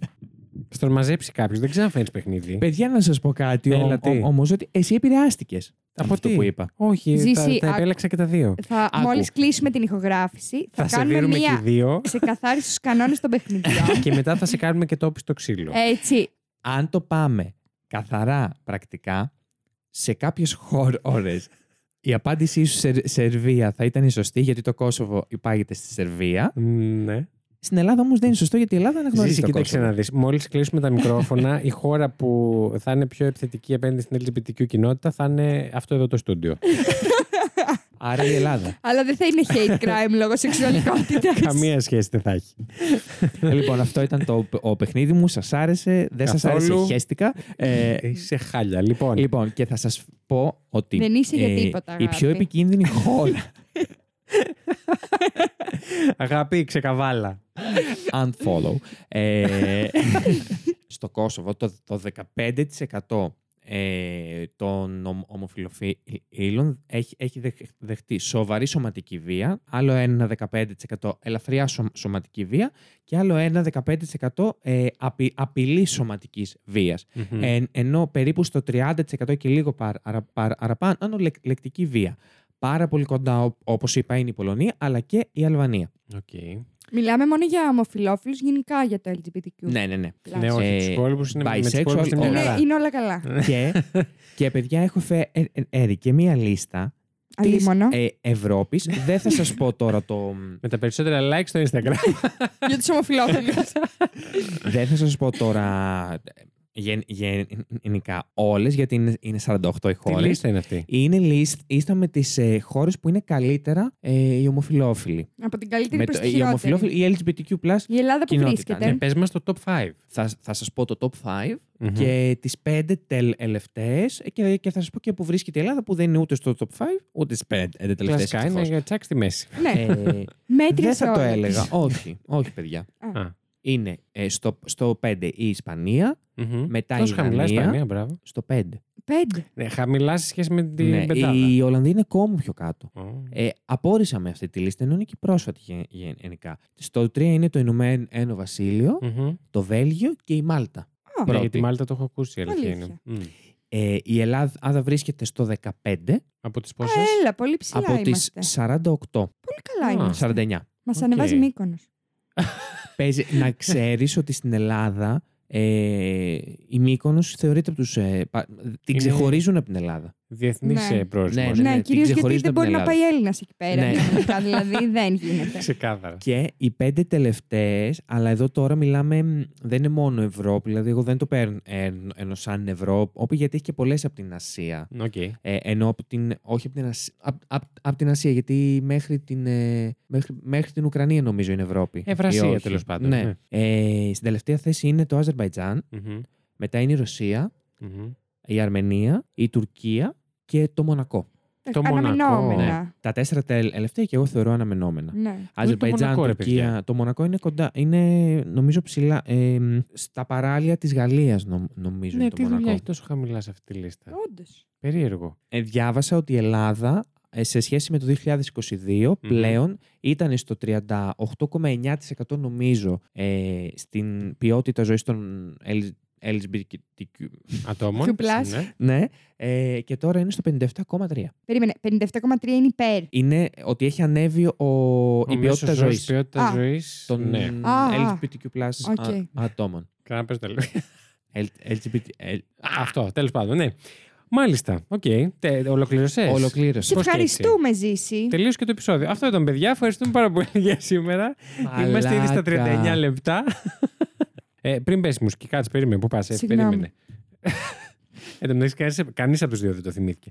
S1: Στον μαζέψει κάποιος. Δεν ξαναφέρει παιχνίδι.
S3: Παιδιά, να σας πω κάτι
S1: Έλα, τι.
S3: όμως ότι εσύ επηρεάστηκες
S1: Από
S3: αυτό
S1: τι?
S3: που είπα.
S1: Όχι, τα,
S2: Ζήση,
S1: τα
S2: άκου.
S1: επέλεξα και τα δύο.
S2: Θα,
S3: Άκου.
S2: μόλις κλείσουμε την ηχογράφηση, θα,
S1: Θα, σε
S2: κάνουμε
S1: δίνουμε και
S2: μία
S1: δύο
S2: ξεκαθάριση στους κανόνες των παιχνιδιών.
S1: και μετά θα σε κάνουμε και τόπι στο ξύλο.
S2: Ε. Έτσι.
S3: Αν το πάμε καθαρά πρακτικά, σε κάποιες χώρε η απάντησή σου σε Σερβία θα ήταν η σωστή γιατί το Κόσοβο υπάγεται στη Σερβία.
S1: Ναι.
S3: Στην Ελλάδα όμως δεν είναι σωστό γιατί η Ελλάδα αναγνωρίζει
S1: Ζήση,
S3: το
S1: κοίταξε
S3: Κόσοβο.
S1: να δεις. Μόλις κλείσουμε τα μικρόφωνα, η χώρα που θα είναι πιο επιθετική απέναντι στην LGBTQ κοινότητα θα είναι αυτό εδώ το στούντιο.
S3: Άρα η Ελλάδα.
S2: Αλλά δεν θα είναι hate crime λόγω σεξουαλικότητας.
S1: Καμία σχέση δεν θα έχει.
S3: λοιπόν, αυτό ήταν το ο παιχνίδι μου. Σας άρεσε, δεν σας άρεσε,
S1: Καθόλου.
S3: χαίστηκα. Ε,
S1: Είσαι χάλια. Λοιπόν,
S3: Λοιπόν, και θα σας πω ότι. ε,
S2: Δεν είσαι για τίποτα,
S3: Η
S2: αγάπη.
S3: πιο επικίνδυνη χώρα.
S1: αγάπη, ξεκαβάλα.
S3: unfollow. ε, στο Κόσοβο το, το 15% ε, των ομ- ομοφυλοφίλων έχει, έχει δεχ- δεχτεί σοβαρή σωματική βία, άλλο ένα 15% ελαφριά σω- σωματική βία και άλλο ένα 15% ε, απει- απειλή σωματικής βίας. Ε,
S1: Ε,
S3: Εν- ενώ περίπου στο 30% και λίγο παρα- παρα- παραπάνω λεκ, λεκτική βία. Πάρα πολύ κοντά, ό- όπως είπα, είναι η Πολωνία, αλλά και η Αλβανία.
S1: Οκ.
S2: Μιλάμε μόνο για ομοφιλόφιλους, γενικά για το LGBTQ.
S3: Ναι, ναι, ναι.
S2: Πλάι.
S1: Ναι, όχι.
S3: Ε,
S1: Τους κόλπου είναι με τους
S3: bisexual,
S1: κόλπους είναι μια
S3: όλα.
S1: χαρά.
S2: Είναι, είναι όλα καλά.
S3: και, και παιδιά, έχω φέρει και μία λίστα της
S2: Αλίμονο.
S3: ε, Ευρώπης. Δεν θα σας πω τώρα το...
S1: Με τα περισσότερα like στο Instagram.
S3: Ε.
S2: για τους ομοφιλόφιλους.
S3: δεν θα σας πω τώρα ε, γεν- γεν- γενικά όλες, γιατί είναι, είναι 48 οι
S1: Τι
S3: χώρες.
S1: λίστα είναι αυτή.
S3: Είναι λίστα, λίστα με τις ε, χώρες που είναι καλύτερα ε, οι ομοφιλόφιλοι.
S2: Από την καλύτερη
S3: με
S2: προς
S3: το,
S2: τη
S3: οι
S2: χειρότερη.
S3: ομοφιλόφιλοι, η LGBTQ+,
S2: Η Ελλάδα που
S3: κοινότητα,
S2: βρίσκεται.
S3: ναι.
S1: Πες μας Ε, το top 5.
S3: θα, θα σας πω το top 5 και τις 5 τελευταίες ε, και, και θα σας πω και που βρίσκεται η Ελλάδα που δεν είναι ούτε στο top 5 ούτε στις 5 τελευταίες.
S1: Κλασικά είναι
S3: ευτυχώς.
S1: για τσάκ στη μέση.
S2: Ναι,
S3: Ε,
S2: μέτρησε
S3: δεν θα το
S2: όλες.
S3: έλεγα. όχι, όχι παιδιά.
S1: Α.
S3: Είναι ε, στο, στο 5 η Ισπανία, μετά η
S1: Τόσο χαμηλά η
S3: Δανία,
S1: Ισπανία, μπράβο.
S3: στο 5.
S2: Πέντε.
S1: Ναι, χαμηλά σε σχέση με την
S3: Ναι,
S1: πεντάδα.
S3: η Ολλανδία είναι κόμμα πιο κάτω.
S1: Ω,
S3: Ε, απόρρισα με αυτή τη λίστα, ενώ είναι και πρόσφατη γε- γε- γενικά. Στο 3 είναι το Ηνωμένο Βασίλειο,
S1: μμμ.
S3: το Βέλγιο και η Μάλτα.
S2: Α,
S1: Mm. Ναι,
S3: Πρώτη.
S1: γιατί μάλιστα το έχω ακούσει η αλήθεια
S2: Αλήθεια.
S1: είναι. Μμ.
S3: Ε, η Ελλάδα βρίσκεται στο 15
S1: Από τις πόσες.
S2: Έλα, πολύ ψηλά
S3: από τις
S2: είμαστε.
S3: 48.
S2: Πολύ
S1: Α.
S2: καλά είμαστε.
S3: 49.
S2: Μας
S1: Οκ.
S2: ανεβάζει Μύκονος.
S3: Παίζει, να ξέρεις ότι στην Ελλάδα ε, η Μύκονος θεωρείται από τους... ε, πα- την
S1: Είναι-
S3: ξεχωρίζουν από την Ελλάδα.
S1: Διεθνής
S2: Ναι.
S1: ε, προορισμός.
S3: Ναι,
S2: Ναι,
S3: ναι, την
S2: κυρίως γιατί
S3: ξεχωρίζουν
S2: δεν
S3: από την
S2: μπορεί να
S3: Ελλάδα.
S2: πάει Έλληνας εκεί πέρα.
S3: Ναι.
S2: πραγματικά, δηλαδή δεν γίνεται.
S1: Ξεκάθαρα.
S3: Και οι πέντε τελευταίες, αλλά εδώ τώρα μιλάμε, μ, δεν είναι μόνο Ευρώπη, δηλαδή εγώ δεν το παίρνω εν- ενώ σαν Ευρώπη, γιατί έχει και πολλές από την Ασία.
S1: Οκ.
S3: Ε, ενώ από την, όχι από την, Ασ- απ- απ- απ' την Ασία, γιατί μέχρι την, ε, μέχρι, μέχρι την Ουκρανία νομίζω είναι Ευρώπη.
S1: Ευρασία,
S3: Ή όχι.
S1: Ε, τέλος πάντων,
S3: Ναι.
S1: ναι.
S3: Ε, στην τελευταία θέση είναι το Αζερβαϊτζάν,
S1: Μμμ,
S3: μετά είναι η Ρωσία,
S1: μμμ.
S3: η Αρμενία, η Τουρκία και το Μονακό.
S1: Το
S2: Αναμενόμενα.
S3: Τα τέσσερα τελευταία και εγώ θεωρώ αναμενόμενα.
S2: Ναι.
S3: Αζερβαϊτζάν,
S1: Μονακό, ρε,
S3: Τουρκία.
S1: παιδιά.
S3: Το Μονακό είναι κοντά. Είναι νομίζω ψηλά. ε, μ, στα παράλια της Γαλλίας, νομίζω.
S1: Ναι,
S3: είναι το
S1: τι δουλειά
S3: Μονακό.
S1: έχει τόσο χαμηλά σε αυτή τη
S3: Ναι.
S1: λίστα.
S2: Όντως.
S1: Περίεργο.
S3: Ε, διάβασα ότι η Ελλάδα ε, σε σχέση με το 2022
S1: Μμμ.
S3: πλέον ήταν στο 38,9% νομίζω ε, στην ποιότητα ζωής των L- LGBTQ.
S1: Ατόμων.
S2: Q+.
S1: ναι.
S3: Ναι, ε, και τώρα είναι στο 57,3%.
S2: Περίμενε, 57,3 είναι υπέρ.
S3: Είναι ότι έχει ανέβει ο, η ποιότητα
S1: μέσος όρος
S3: ζωής
S1: ποιότητας
S2: Α.
S1: ζωής,
S3: των
S1: Ναι.
S2: Α, α.
S3: LGBTQ+,
S2: Οκ.
S3: α- ατόμων.
S1: Καλά, πες το λίγο.
S3: L- LGBT, ε,
S1: Αυτό, τέλος πάντων, ναι. Μάλιστα. Οκ. Τε- Ολοκλήρωσες.
S3: Ολοκλήρωση.
S2: Σε
S1: Πώς και
S2: ευχαριστούμε, Ζήση.
S1: Τελείωσε και το επεισόδιο. Αυτό ήταν, παιδιά. Ευχαριστούμε πάρα πολύ για σήμερα. Είμαστε ήδη στα 39
S3: Μαλάκα.
S1: λεπτά. ε, πριν πέσει η μουσική, κάτσε, περίμενε. Πού πας, ε,
S2: Συγγνώμη.
S1: περίμενε. Ε, Εν τω μεταξύ, κανείς από τους δύο δεν το θυμήθηκε.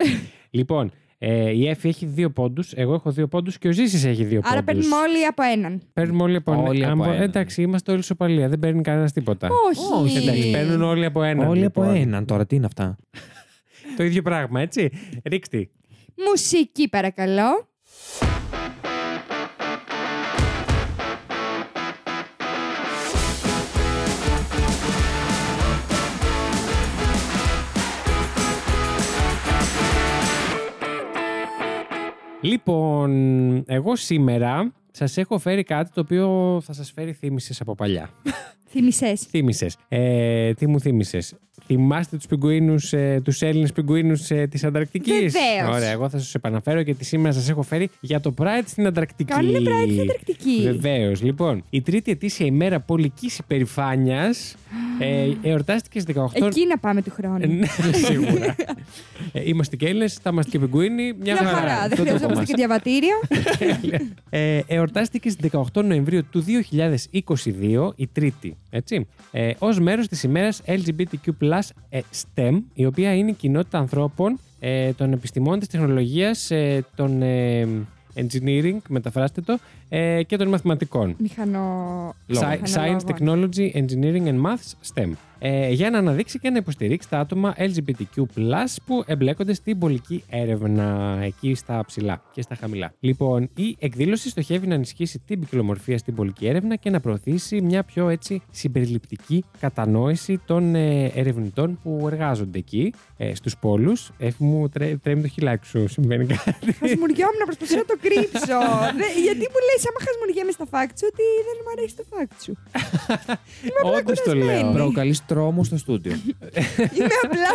S1: λοιπόν, ε, η Εφη έχει δύο πόντους, εγώ έχω δύο πόντους και ο Ζήσης έχει δύο πόντου.
S2: Άρα παίρνουμε όλοι από έναν.
S1: Παίρνουμε όλοι από,
S3: Όλοι
S1: αν
S3: από
S1: μπο-
S3: έναν.
S1: Εντάξει, είμαστε όλοι σοπαλία. Δεν παίρνει κανένας τίποτα.
S2: Όχι.
S1: Εντάξει, παίρνουν όλοι από έναν.
S3: Όλοι από
S1: λοιπόν.
S3: έναν τώρα, τι είναι αυτά.
S1: Το ίδιο πράγμα, έτσι. Ρίξτε.
S2: Μουσική, παρακαλώ.
S1: Λοιπόν, εγώ σήμερα σας έχω φέρει κάτι το οποίο θα σας φέρει θύμησες από παλιά.
S2: Θυμησέ.
S1: θύμησες. Ε, τι μου θύμισε. Θυμάστε τους πιγκουίνους, ε, τους Έλληνες πιγκουίνους ε, της Ανταρκτικής.
S2: Βεβαίως.
S1: Ωραία, εγώ θα σας επαναφέρω γιατί σήμερα σας έχω φέρει για το Pride στην Ανταρκτική.
S2: Κάνουν πράγμα στην Ανταρκτική.
S1: Βεβαίως. Λοιπόν, η τρίτη ετήσια ημέρα πολικής υπερηφάνειας ε, εορτάστηκε στις 18.
S2: Εκεί να πάμε του χρόνου.
S1: Ναι, σίγουρα. Ε, είμαστε και Έλληνες, θα είμαστε και πιγκουίνοι. Μια,
S2: Μια χαρά. Δεν χρειαζόμαστε και διαβατήριο.
S1: ε, εορτάστηκε στις 18 Νοεμβρίου του 2022, η Τρίτη, έτσι, ε, ως μέρος της ημέρας LGBTQ+, ε, STEM, η οποία είναι η κοινότητα ανθρώπων, ε, των επιστημών της τεχνολογίας, ε, των ε, engineering, μεταφράστε το, ε, και των μαθηματικών.
S2: Μηχανό.
S1: Sci- Science,
S2: μηχανολόγων.
S1: Technology, Engineering and Maths, STEM. Ε, για να αναδείξει και να υποστηρίξει τα άτομα LGBTQ+, που εμπλέκονται στην πολική έρευνα, εκεί στα ψηλά και στα χαμηλά. Λοιπόν, η εκδήλωση στοχεύει να ενισχύσει την ποικιλομορφία στην πολική έρευνα και να προωθήσει μια πιο έτσι συμπεριληπτική κατανόηση των ε, ερευνητών που εργάζονται εκεί, ε, στους πόλους. Έφη μου, τρέ, τρέμει το χιλάκι σου, συμβαίνει κάτι.
S2: Χασμουριόμουν, προσπαθώ να το κρύψω. Δε- γιατί μου λες, άμα χασμουριέμαι στα fact σου, ότι δεν μου αρέσει το fact σου.
S1: Όντως το λέω.
S2: κουρασμένη.
S3: Προκαλείς τρόμο στο στούντιο.
S2: Είμαι απλά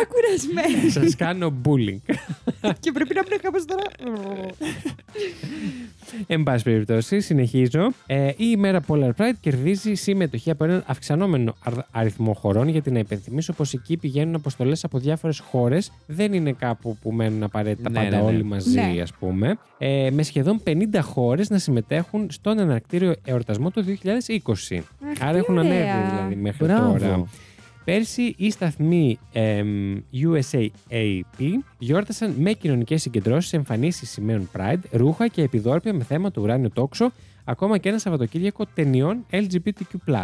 S2: κουρασμένη
S1: Σας κάνω bullying.
S2: και πρέπει να μπουν κάπως τώρα.
S1: Ναι. Εν πάση περιπτώσει, συνεχίζω. Ε, η ημέρα Polar Pride κερδίζει συμμετοχή από έναν αυξανόμενο αρ- αριθμό χωρών, γιατί να υπενθυμίσω πως εκεί πηγαίνουν αποστολές από διάφορες χώρες. Δεν είναι κάπου που μένουν απαραίτητα
S3: Ναι,
S1: πάντα
S3: ναι, ναι.
S1: όλοι μαζί,
S2: Ναι.
S1: ας πούμε. Ε, με σχεδόν 50 χώρες να συμμετέχουν στον εναρκτήριο εορτασμό του 2020.
S2: Αχ,
S1: Άρα
S2: τι
S1: έχουν
S2: ωραία.
S1: ανέβει δηλαδή μέχρι τώρα.
S3: Μπράβο.
S1: Πέρσι οι σταθμοί εμ, USAAP γιόρτασαν με κοινωνικές συγκεντρώσεις, εμφανίσεις σημαίων Pride, ρούχα και επιδόρπια με θέμα του ουράνιου τόξο, ακόμα και ένα Σαββατοκύριακο ταινιών LGBTQ.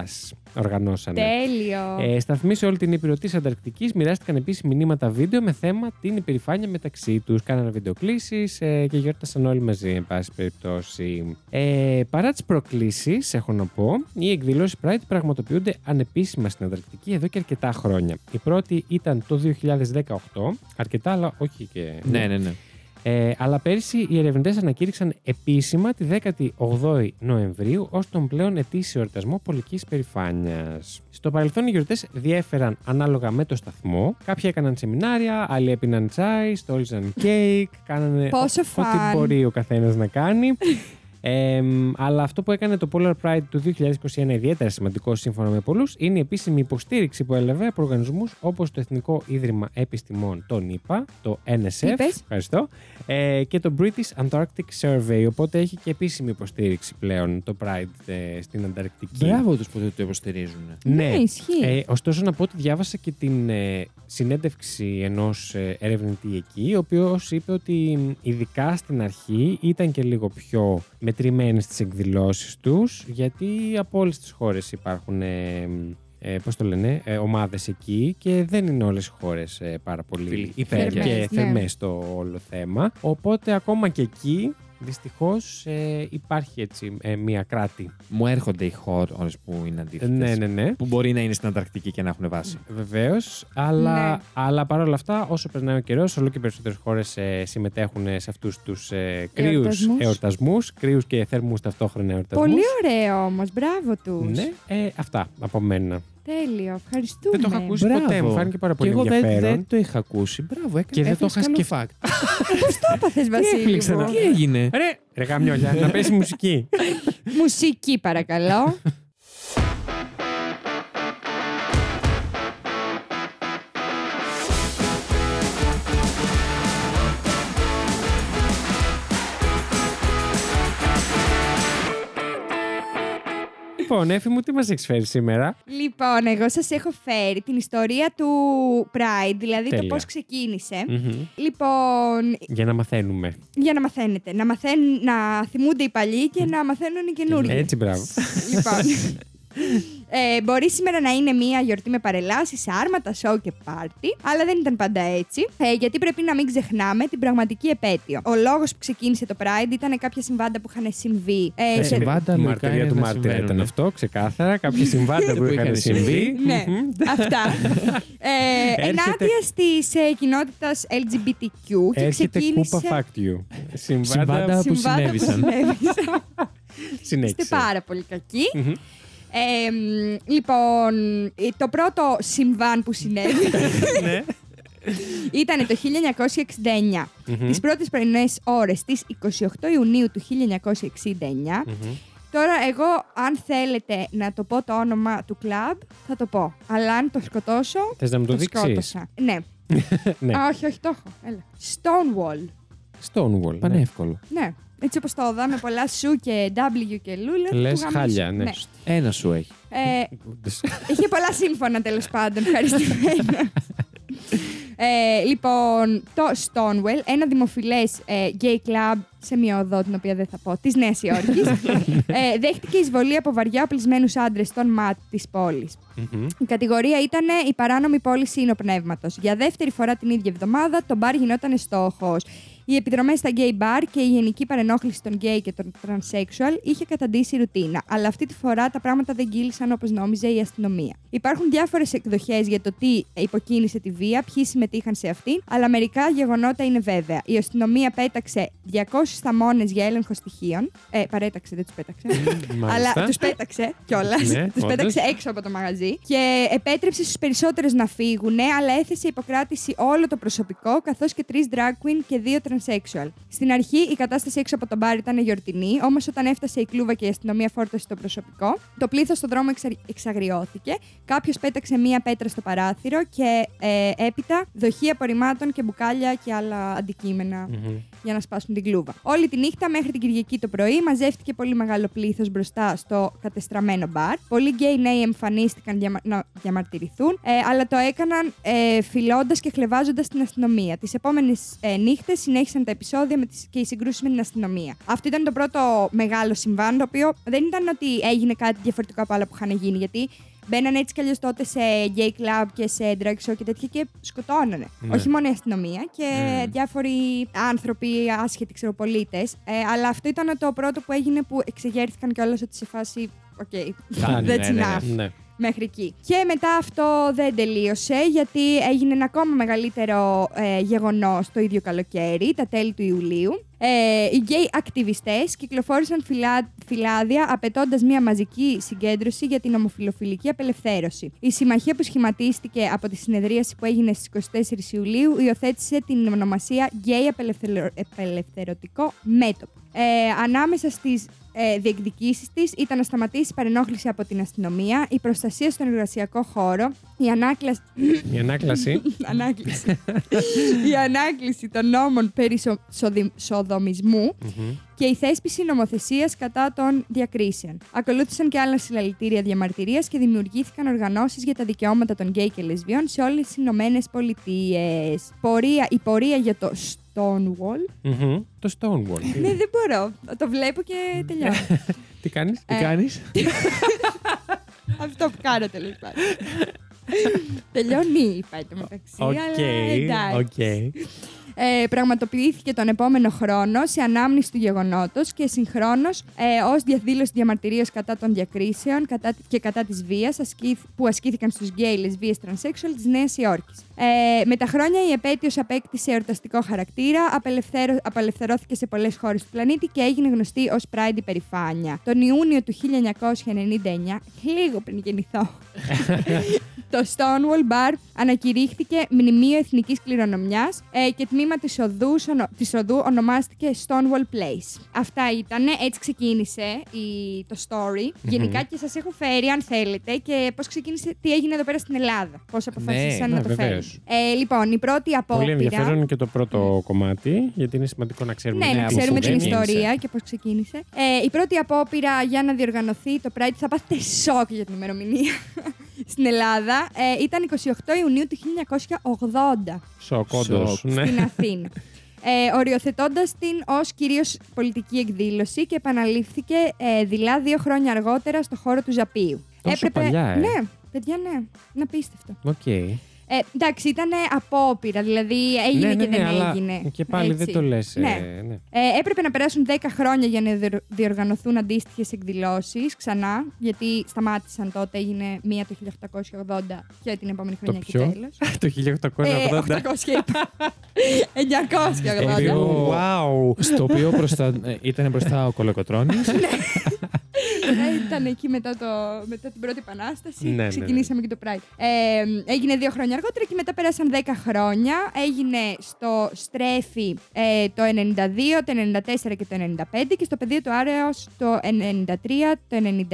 S1: Οργανώσανε.
S2: Τέλειο.
S1: Ε, σταθμοί σε όλη την ήπειρο της Ανταρκτικής μοιράστηκαν επίσης μηνύματα βίντεο με θέμα την υπερηφάνεια μεταξύ τους. Κάνανε βιντεοκλήσεις ε, και γιόρτασαν όλοι μαζί, εν πάση περιπτώσει. Ε, παρά τις προκλήσεις, έχω να πω, οι εκδηλώσεις Pride πραγματοποιούνται ανεπίσημα στην Ανταρκτική εδώ και αρκετά χρόνια. Η πρώτη ήταν το 2018, αρκετά, αλλά όχι και.
S3: Ναι, ναι, ναι.
S1: Ε, αλλά πέρσι οι ερευνητές ανακήρυξαν επίσημα τη 18η Νοεμβρίου ως τον πλέον ετήσιο εορτασμό πολικής περηφάνειας. Στο παρελθόν οι γιορτές διέφεραν ανάλογα με το σταθμό. Κάποιοι έκαναν σεμινάρια, άλλοι έπιναν τσάι, στόλιζαν κέικ, κάνανε
S2: Πόσο
S1: ό- ό,τι
S2: fun.
S1: μπορεί ο καθένα να κάνει. Ε, μ, αλλά αυτό που έκανε το Polar Pride του 2021 ιδιαίτερα σημαντικό σύμφωνα με πολλούς είναι η επίσημη υποστήριξη που έλαβε από οργανισμούς όπως το Εθνικό Ίδρυμα Επιστημών των ΗΠΑ, το NSF.
S2: Είπες.
S1: Ευχαριστώ. Ε, και το British Antarctic Survey. Οπότε έχει και επίσημη υποστήριξη πλέον το Pride ε, στην Ανταρκτική.
S3: Μπράβο τους που το υποστηρίζουν.
S1: Ναι.
S2: ισχύει.
S1: Ε, ωστόσο, να πω ότι διάβασα και την ε, συνέντευξη ενός ερευνητή εκεί, ο οποίος είπε ότι μ, ειδικά στην αρχή ήταν και λίγο πιο μετρημένοι στι εκδηλώσεις τους, γιατί από όλες τις χώρες υπάρχουν. Ε, μ, ε, πώς το λένε, ε, ομάδες εκεί και δεν είναι όλες οι χώρες ε, πάρα πολύ
S3: Φιλ-
S1: υπέρ
S3: Θερμές,
S1: και
S2: ναι.
S1: θερμές στο όλο θέμα. Οπότε ακόμα και εκεί δυστυχώς ε, υπάρχει έτσι ε, μία κράτη.
S3: Μου έρχονται οι χώρε που είναι αντίθετες.
S1: ναι, ναι, ναι.
S3: Που μπορεί να είναι στην Ανταρκτική και να έχουν βάση.
S1: Βεβαίως. Αλλά,
S2: Ναι.
S1: αλλά παρόλα αυτά, όσο περνάει ο καιρός, όλο και περισσότερες χώρες συμμετέχουν σε αυτούς τους ε, κρύους
S2: Εορτασμούς.
S1: εορτασμούς, κρύους και θερμού ταυτόχρονα εορτασμούς.
S2: Πολύ ωραίο όμως. Μπράβο τους.
S1: Ναι, ε, αυτά από μένα.
S2: Τέλειο. Ευχαριστούμε.
S1: Δεν το είχα ακούσει
S3: Μπράβο.
S1: ποτέ, μου φάνηκε πάρα
S3: Και
S1: πολύ
S3: εγώ δεν,
S1: ενδιαφέρον.
S3: δεν το είχα ακούσει. Μπράβο, έκανε.
S1: Και δεν το είχα
S3: σκεφτεί.
S2: Πώ το έπαθε, Βασίλη.
S1: έπληξε να-
S2: μου?
S3: Τι έγινε.
S1: Ρε, ρε γαμιόλια, να πέσει μουσική.
S2: Μουσική, παρακαλώ.
S1: λοιπόν, Έφη μου, τι μας έχεις φέρει σήμερα.
S2: λοιπόν, εγώ σας έχω φέρει την ιστορία του Pride, δηλαδή το
S1: Τέλεια.
S2: πώς ξεκίνησε.
S1: Μμμ.
S2: Λοιπόν,
S1: Για να μαθαίνουμε.
S2: για να μαθαίνετε. Να, μαθαίνουν, να θυμούνται οι παλιοί και να μαθαίνουν οι καινούργοι.
S1: Έτσι, μπράβο.
S2: λοιπόν. Ε, μπορεί σήμερα να είναι μια γιορτή με παρελάσεις, άρματα, σοου και πάρτι, αλλά δεν ήταν πάντα έτσι. Ε, γιατί πρέπει να μην ξεχνάμε την πραγματική επέτειο. Ο λόγος που ξεκίνησε το Pride ήταν κάποια συμβάντα που είχαν συμβεί. ε,
S3: Ε,
S2: σε-
S3: συμβάντα.
S1: Η
S3: λογικά
S1: μαρτυρία
S3: είναι
S1: του
S3: να
S1: μάρτυρα ήταν
S3: συμβαίνουνε.
S1: αυτό, ξεκάθαρα. Κάποια συμβάντα που
S3: Που
S1: είχαν
S3: είχαν
S1: συμβεί.
S2: ναι,
S1: Μμμ.
S2: αυτά. Ε,
S1: Έρχεται-
S2: ενάντια στις ε, κοινότητας LGBTQ και
S1: Έρχεται
S2: ξεκίνησε.
S1: κούπα φάκτιου.
S3: Συμβάντα
S1: Συμβάντα
S3: που
S2: συμβάντα που
S3: συνέβησαν.
S2: συνέβησαν. Είστε
S1: συνέχισε.
S2: πάρα πολύ κακοί.
S1: Μμμ.
S2: Ε, μ, λοιπόν, ε, το πρώτο συμβάν που συνέβη
S1: ναι.
S2: ήταν το 1969.
S1: Μμμ.
S2: Τις πρώτες πρωινές ώρες της 28 Ιουνίου του 1969.
S1: Μμμ.
S2: Τώρα εγώ αν θέλετε να το πω το όνομα του κλαμπ θα το πω. Αλλά αν το σκοτώσω
S1: Θες να μου το
S2: το
S1: δείξεις.
S2: σκότωσα. Ναι.
S1: Ναι.
S2: Α, όχι, όχι, το έχω. Έλα. Stonewall.
S1: Stonewall. ναι.
S3: Πανεύκολο.
S2: Ναι. Έτσι όπως το είδα με πολλά σου και W και λούλα. του
S1: Λες
S2: γαμίσου.
S1: χάλια, ναι.
S3: Ένα σου έχει.
S2: Ε, Είχε πολλά σύμφωνα τέλος πάντων, ευχαριστημένα. Ε, λοιπόν, το Stonewell, ένα δημοφιλές gay club σε μια οδό, την οποία δεν θα πω, της Νέας Υόρκης, ε, δέχτηκε εισβολή από βαριά οπλισμένους άντρες στον ΜΑΤ της πόλης.
S1: Μμμ.
S2: Η κατηγορία ήταν η παράνομη πώληση ίνοπνεύματος. Για δεύτερη φορά την ίδια εβδομάδα, το μπαρ γινόταν στόχος. Οι επιδρομές στα gay bar και η γενική παρενόχληση των gay και των transsexual είχε καταντήσει ρουτίνα. Αλλά αυτή τη φορά τα πράγματα δεν κύλησαν όπως νόμιζε η αστυνομία. Υπάρχουν διάφορες εκδοχές για το τι υποκίνησε τη βία, ποιοι συμμετείχαν σε αυτήν, αλλά μερικά γεγονότα είναι βέβαια. Η αστυνομία πέταξε 200 θαμώνες για έλεγχο στοιχείων. Ε, παρέταξε, δεν τους πέταξε. Αλλά
S1: Μάλιστα.
S2: τους πέταξε κιόλας.
S1: Ναι,
S2: τους
S1: όντως.
S2: πέταξε έξω από το μαγαζί. Και επέτρεψε στους περισσότερους να φύγουν, αλλά έθεσε υποκράτηση όλο το προσωπικό, καθώς και τρεις drag queen και δύο transsexual. Στην αρχή η κατάσταση έξω από τον μπαρ ήταν γιορτινή, όμως όταν έφτασε η κλούβα και η αστυνομία φόρτωσε το προσωπικό, το πλήθος στον δρόμο εξα... εξαγριώθηκε. Κάποιος πέταξε μία πέτρα στο παράθυρο και ε, έπειτα δοχεία απορριμμάτων και μπουκάλια και άλλα αντικείμενα
S1: Μμμ.
S2: για να σπάσουν την κλούβα. Όλη τη νύχτα μέχρι την Κυριακή το πρωί μαζεύτηκε πολύ μεγάλο πλήθος μπροστά στο κατεστραμμένο μπαρ. Πολλοί γκέι νέοι εμφανίστηκαν για μα- να διαμαρτυρηθούν, ε, αλλά το έκαναν ε, φιλώντας και χλεβάζοντας την αστυνομία. Τις επόμενες ε, νύχτες συνέχισαν τα επεισόδια με τις, και οι συγκρούσεις με την αστυνομία. Αυτό ήταν το πρώτο μεγάλο συμβάν, το οποίο δεν ήταν ότι έγινε κάτι διαφορετικό από άλλα που είχαν γίνει, γιατί μπαίνανε έτσι κι αλλιώς τότε σε gay club και σε drag show και τέτοια και σκοτώνανε.
S1: Ναι.
S2: Όχι μόνο η αστυνομία και
S3: Μμμ.
S2: διάφοροι άνθρωποι, άσχετοι ξεροπολίτε. Ε, αλλά αυτό ήταν το πρώτο που έγινε που εξεγέρθηκαν κιόλας ότι σε φάση. Οκ,
S3: Φτάνει,
S2: that's
S3: ναι, ναι, ναι.
S2: enough
S1: Ναι.
S2: μέχρι εκεί. Και μετά αυτό δεν τελείωσε, γιατί έγινε ένα ακόμα μεγαλύτερο ε, γεγονός το ίδιο καλοκαίρι, τα τέλη του Ιουλίου. Ε, οι γκέι ακτιβιστές κυκλοφόρησαν φυλά, φυλάδια απαιτώντας μια μαζική συγκέντρωση για την ομοφιλοφιλική απελευθέρωση. Η συμμαχία που σχηματίστηκε από τη συνεδρίαση που έγινε στις 24 Ιουλίου υιοθέτησε την ονομασία Γκέι Απελευθερο- Απελευθερωτικό Μέτωπο. Ε, ανάμεσα στις ε, διεκδικήσεις της ήταν να σταματήσει η παρενόχληση από την αστυνομία, η προστασία στον εργασιακό χώρο, η ανάκλαση,
S1: Η ανάκλαση.
S2: ανάκληση. η ανάκληση των νόμων περί σο- σοδη- σοδομισμού
S1: Μμμ.
S2: και η θέσπιση νομοθεσίας κατά των διακρίσεων. Ακολούθησαν και άλλα συλλαλητήρια διαμαρτυρίας και δημιουργήθηκαν οργανώσεις για τα δικαιώματα των γκέι και λεσβιών σε όλες τις Ηνωμένες Πολιτείες. Πορεία, η πορεία για το Stonewall.
S1: Μμμ. Το Stonewall.
S2: ναι, δεν μπορώ. Το βλέπω και τελειώνω.
S1: Τι κάνεις.
S3: Τι κάνεις.
S2: Ε, Αυτό που κάνω τέλος πάντων. Τελειώνει η φάιτα μεταξύ. αλλά εντάξει.
S1: οκ.
S2: Ε, πραγματοποιήθηκε τον επόμενο χρόνο σε ανάμνηση του γεγονότος και συγχρόνως ε, ως διαδήλωση διαμαρτυρίας κατά των διακρίσεων κατά, και κατά της βίας ασκήθ- που ασκήθηκαν στους γκέι, λεσβείες, τρανσέξουαλ της Νέας Υόρκης. Ε, με τα χρόνια η επέτειος απέκτησε εορταστικό χαρακτήρα, απελευθέρω- απελευθερώθηκε σε πολλές χώρες του πλανήτη και έγινε γνωστή ως Pride υπερηφάνεια. Τον Ιούνιο του 1999, λίγο πριν γεννηθώ, το Stonewall Bar ανακηρύχθηκε μνημείο εθνικής κληρονομιάς ε, και τμήμα της οδούς, της οδού ονομάστηκε Stonewall Place. Αυτά ήταν, έτσι ξεκίνησε η, το story. Γενικά και σας έχω φέρει αν θέλετε και πώς ξεκίνησε, τι έγινε εδώ πέρα στην Ελλάδα, πώς αποφασίσαν
S1: ναι,
S2: να το φέρουν.
S1: βεβαίως.
S2: Ε, λοιπόν, η πρώτη
S1: Πολύ
S2: απόπειρα...
S1: ενδιαφέρον και το πρώτο κομμάτι, γιατί είναι σημαντικό να ξέρουμε
S2: Ναι,
S1: τι
S2: να
S3: από
S2: ξέρουμε
S3: πού
S2: την
S1: ξεκίνησε.
S2: ιστορία και πώς ξεκίνησε. Ε, η πρώτη απόπειρα για να διοργανωθεί το Pride θα πάθετε σοκ για την ημερομηνία στην Ελλάδα ε, ήταν 28 Ιουνίου του 1980
S1: Σοκ, όντως.
S3: Σοκ.
S1: Ναι.
S2: στην Αθήνα. Ε, Οριοθετώντας την ως κυρίως πολιτική εκδήλωση και επαναλήφθηκε ε, δειλά δύο χρόνια αργότερα στο χώρο του Ζαπίου.
S1: Τόσο παλιά, ε.
S2: Ναι, παιδιά, ναι. Να πίστευτο.
S1: Οκ.
S2: Ε, εντάξει, ήταν απόπειρα, δηλαδή έγινε
S1: ναι, ναι,
S2: και δεν
S1: ναι, αλλά
S2: έγινε.
S1: Και πάλι
S2: έτσι.
S1: δεν το λες. ε,
S2: Ναι.
S1: ναι.
S2: Ε, έπρεπε να περάσουν 10 χρόνια για να διορ- διοργανωθούν αντίστοιχες εκδηλώσεις ξανά, γιατί σταμάτησαν τότε, έγινε μία το 1880 και την επόμενη
S1: Το
S2: χρονιά και Ε,
S1: πιο.
S2: τέλος.
S1: το 1880.
S2: 800 είπα. 980.
S3: Ε,
S1: Οποίο,
S3: Ωραία.
S1: wow.
S3: Στο οποίο προστα- ε, ήταν μπροστά ο Κολοκοτρώνης.
S2: Ε, ήταν εκεί μετά, το, μετά την πρώτη επανάσταση.
S1: Ναι, ναι, ναι.
S2: ξεκινήσαμε και το Pride. Ε, έγινε δύο χρόνια αργότερα και μετά πέρασαν 10 χρόνια. Έγινε στο Στρέφι ε, το 92, το 94 και το 95 και στο πεδίο του Άρεος το 93, το 96,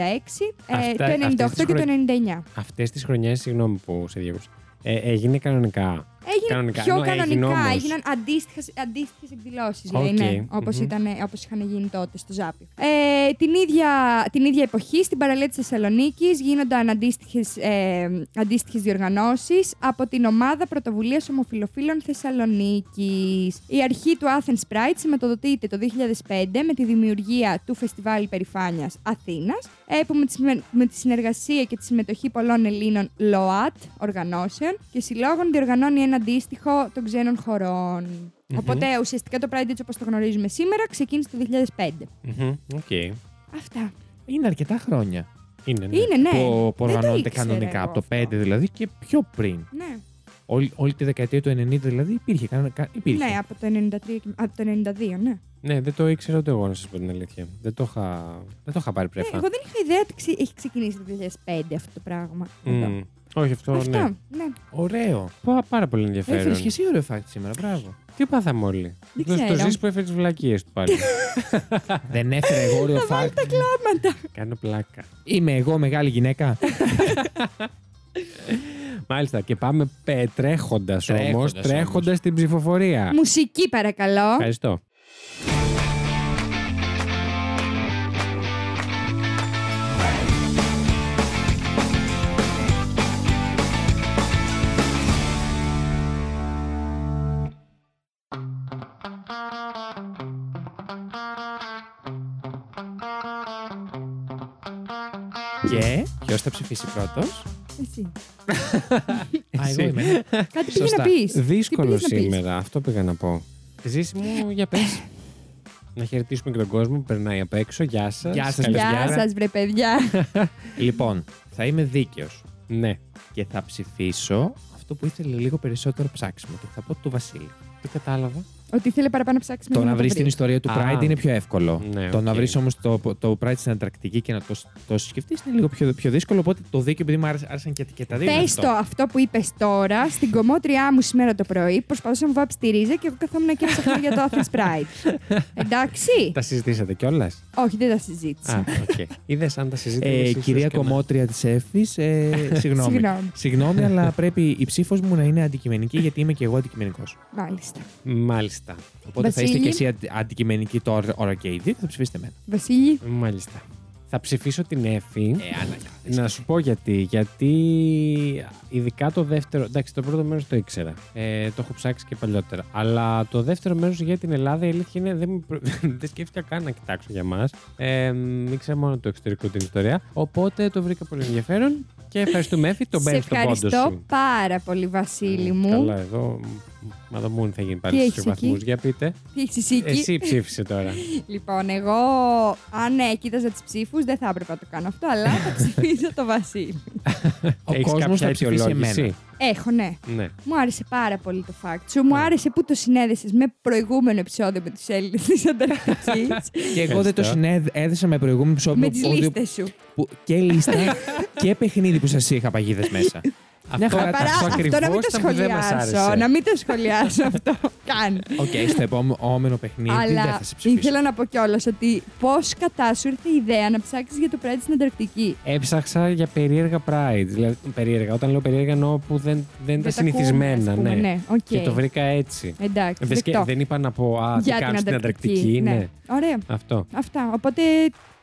S2: ε,
S1: Αυτά-
S2: το 98
S1: αυτές τις
S2: και το 99.
S1: χρονι- Αυτές τις χρονιές, συγγνώμη που σε διέκοψα, ε, έγινε κανονικά.
S2: Έγινε
S1: Κανονικά,
S2: πιο
S1: ενώ έγινε
S2: κανονικά.
S1: όμως.
S2: Έγιναν αντίστοιχες, αντίστοιχες εκδηλώσεις,
S1: Οκ.
S2: λέει, ναι, όπως,
S1: Μμμ.
S2: ήταν, όπως είχαν γίνει τότε στο Ζάπιο. Ε, την, ίδια, την ίδια εποχή, στην παραλία της Θεσσαλονίκης, γίνονταν αντίστοιχες, ε, αντίστοιχες διοργανώσεις από την ομάδα πρωτοβουλίας ομοφιλοφίλων Θεσσαλονίκης. Η αρχή του Athens Pride σηματοδοτείται το 2005 με τη δημιουργία του Φεστιβάλ Περιφάνειας Αθήνας, ε, που με τη, συμμε- με τη συνεργασία και τη συμμετοχή πολλών Ελλήνων ΛΟΑΤ οργανώσεων και συλλόγων διοργανώνει ένα αντίστοιχο των ξένων χωρών. Οπότε Ναι, ουσιαστικά το Pride έτσι όπως το γνωρίζουμε σήμερα ξεκίνησε το 2005.
S1: Μμμ, Οκ.
S2: Αυτά.
S3: Είναι αρκετά χρόνια
S1: Είναι, ναι.
S2: Είναι, ναι.
S3: που, που
S2: Δεν το
S3: οργανώνεται
S2: ήξερα
S3: κανονικά.
S2: εγώ
S3: Από το
S2: αυτό.
S3: 5 δηλαδή και πιο πριν.
S2: Ναι.
S3: Όλη, όλη τη δεκαετία του 90 δηλαδή υπήρχε. κανονικά- υπήρχε.
S2: ναι, από το 93 και- από το 92, ναι.
S1: Ναι, δεν το ήξερα ούτε εγώ να σας πω την αλήθεια. Δεν το είχα, δεν το είχα πάρει
S2: Ε,
S1: πρέφα.
S2: εγώ δεν είχα ιδέα ότι ξε- έχει ξεκινήσει το 2005 αυτό το πράγμα.
S1: Μμ. Όχι, αυτό
S2: Αυτά,
S1: ναι.
S2: ναι.
S3: Ωραίο.
S1: Πα- πάρα πολύ ενδιαφέρον.
S3: Έφερες και εσύ ωραίο fact σήμερα. Μπράβο.
S1: Τι πάθαμε όλοι.
S2: Δεν
S1: Το- Το
S2: ξέρω.
S1: ζεις που έφερες τι βλακίες του πάλι.
S3: Δεν έφερε εγώ ωραίο fact.
S1: Κάνω πλάκα.
S3: Είμαι εγώ μεγάλη γυναίκα.
S1: Μάλιστα, και πάμε τρέχοντας όμως,
S3: Τρέχοντας όμως.
S1: τρέχοντα την ψηφοφορία.
S2: Μουσική παρακαλώ.
S1: Ευχαριστώ.
S3: Και.
S1: Ποιος θα ψηφίσει πρώτος.
S2: Εσύ.
S3: Α, εγώ είμαι. ναι.
S2: Κάτι πήγε
S3: Ε, Σωστά.
S2: να πει.
S1: Δύσκολο
S2: Τι πήγες να πεις?
S1: σήμερα, αυτό πήγα να πω. Ζήση μου, για πες. να χαιρετήσουμε και τον κόσμο που περνάει απ' έξω. Γεια σας.
S3: Γεια σας,
S2: Γεια
S3: Καλησπέρα.
S2: σας, βρε παιδιά.
S3: Λοιπόν, θα είμαι δίκαιος
S1: Ναι.
S3: και θα ψηφίσω αυτό που ήθελε λίγο περισσότερο ψάξιμο και θα πω του Βασίλη.
S1: Τι κατάλαβα.
S2: Ότι ήθελε παραπάνω να ψάξει
S3: Το να βρεις την ιστορία του
S1: Α.
S3: Pride είναι πιο εύκολο.
S1: Ναι,
S3: Το να
S1: οκ.
S3: βρεις όμως το, το Pride στην Ανταρκτική και να το, το σκεφτείς είναι λίγο πιο, πιο δύσκολο. Οπότε το δίκαιο, επειδή μου άρεσε- άρεσαν και, και τα δύο. είναι
S2: Πες
S3: αυτό.
S2: το αυτό που είπες τώρα στην κομμότριά μου σήμερα το πρωί. Προσπαθούσα να μου βάψει τη ρίζα και εγώ καθόμουν και ψάχνα για το Athens Pride. Εντάξει.
S1: Τα συζητήσατε κιόλας.
S2: Όχι, δεν τα συζήτησα.
S1: Α, οκ. Είδες αν τα συζήτησατε.
S3: Ε, κυρία Κομμότρια της Εύφη, ε, συγγνώμη.
S2: Συγγνώμη.
S3: συγγνώμη, αλλά πρέπει η ψήφος μου να είναι αντικειμενική, γιατί είμαι και εγώ αντικειμενικός.
S2: Μάλιστα.
S1: Μάλιστα.
S3: Οπότε θα είστε
S2: Βασίλη.
S3: και εσύ αντι- αντικειμενικοί τώρα, ώρα και οι δύο, θα ψηφίσετε εμένα.
S2: Βασίλη,
S1: Μάλιστα. Θα ψηφίσω την Εφη.
S3: αλλά
S1: Να σου πω γιατί. Γιατί ειδικά το δεύτερο. Εντάξει, το πρώτο μέρος το ήξερα. Ε, το έχω ψάξει και παλιότερα. Αλλά το δεύτερο μέρος για την Ελλάδα, η αλήθεια είναι. Δεν, μου προ- δεν σκέφτηκα καν να κοιτάξω για μας. Ε, μ, ήξερα μόνο το εξωτερικό την ιστορία. Οπότε το βρήκα πολύ ενδιαφέρον και ευχαριστούμε, Εφη. Τον
S2: σε
S1: παίρνεις στον πόντο
S2: ευχαριστώ
S1: σου.
S2: πάρα πολύ, Βασίλη
S1: Μ,
S2: μου.
S1: Ε, Καλά, εδώ. Μαδαμούνι θα γίνει
S2: Τι
S1: πάλι
S2: έχεις
S1: στου βαθμού.
S2: εκεί?
S1: Για πείτε.
S2: Τι έχεις εσύ εκεί?
S1: Εσύ ψήφισε τώρα.
S2: Λοιπόν, εγώ αν ε, κοίταζα τις ψήφους, δεν θα έπρεπε να το κάνω αυτό, αλλά θα ψηφίζω το Βασίλη.
S3: Ο
S1: Έχεις
S3: κόσμος
S1: κάποια
S3: θα ψηφίσει
S1: αιτιολόγηση?
S3: εμένα.
S2: Έχω, ναι.
S1: Ναι.
S2: Μου άρεσε πάρα πολύ το fact σου. Μου άρεσε που το συνέδεσες με προηγούμενο επεισόδιο με τους Έλληνες της Ανταρκτικής.
S3: Και εγώ δεν το
S1: Ευχαριστώ.
S3: συνέδεσα με προηγούμενο επεισόδιο
S2: με τις
S3: που-
S2: λίστες σου.
S3: που- και λίστα και παιχνίδι που σας είχα παγίδες μέσα. Μια χαρά.
S2: Ναι, Παρά
S1: αυτό
S2: αυτό να μην
S1: ακριβώς
S2: το
S1: ήταν που δεν μας
S2: σχολιάσω.
S1: άρεσε.
S2: Να μην το σχολιάσω αυτό. Καν.
S3: Οκ, στο επόμενο παιχνίδι δεν
S2: Αλλά
S3: θα σε ψηφίσω.
S2: ήθελα να πω κιόλας ότι πώς κατά σου ήρθε η ιδέα να ψάξεις για το Pride στην Ανταρκτική.
S1: Έψαξα για περίεργα Pride. Δηλαδή, περίεργα. Όταν λέω περίεργα, εννοώ που δεν, δεν
S2: τα
S1: ήταν συνηθισμένα.
S2: ακούμε, ας πούμε, ναι, οκ.
S1: Και το βρήκα έτσι.
S2: Εντάξει.
S1: Δεν, σκε-
S2: δεκτό.
S1: δεν είπα να πω Α, τι
S2: για
S1: κάνω στην Ανταρκτική. Ναι.
S2: ναι. Ωραία.
S1: Αυτό.
S2: Αυτά. Οπότε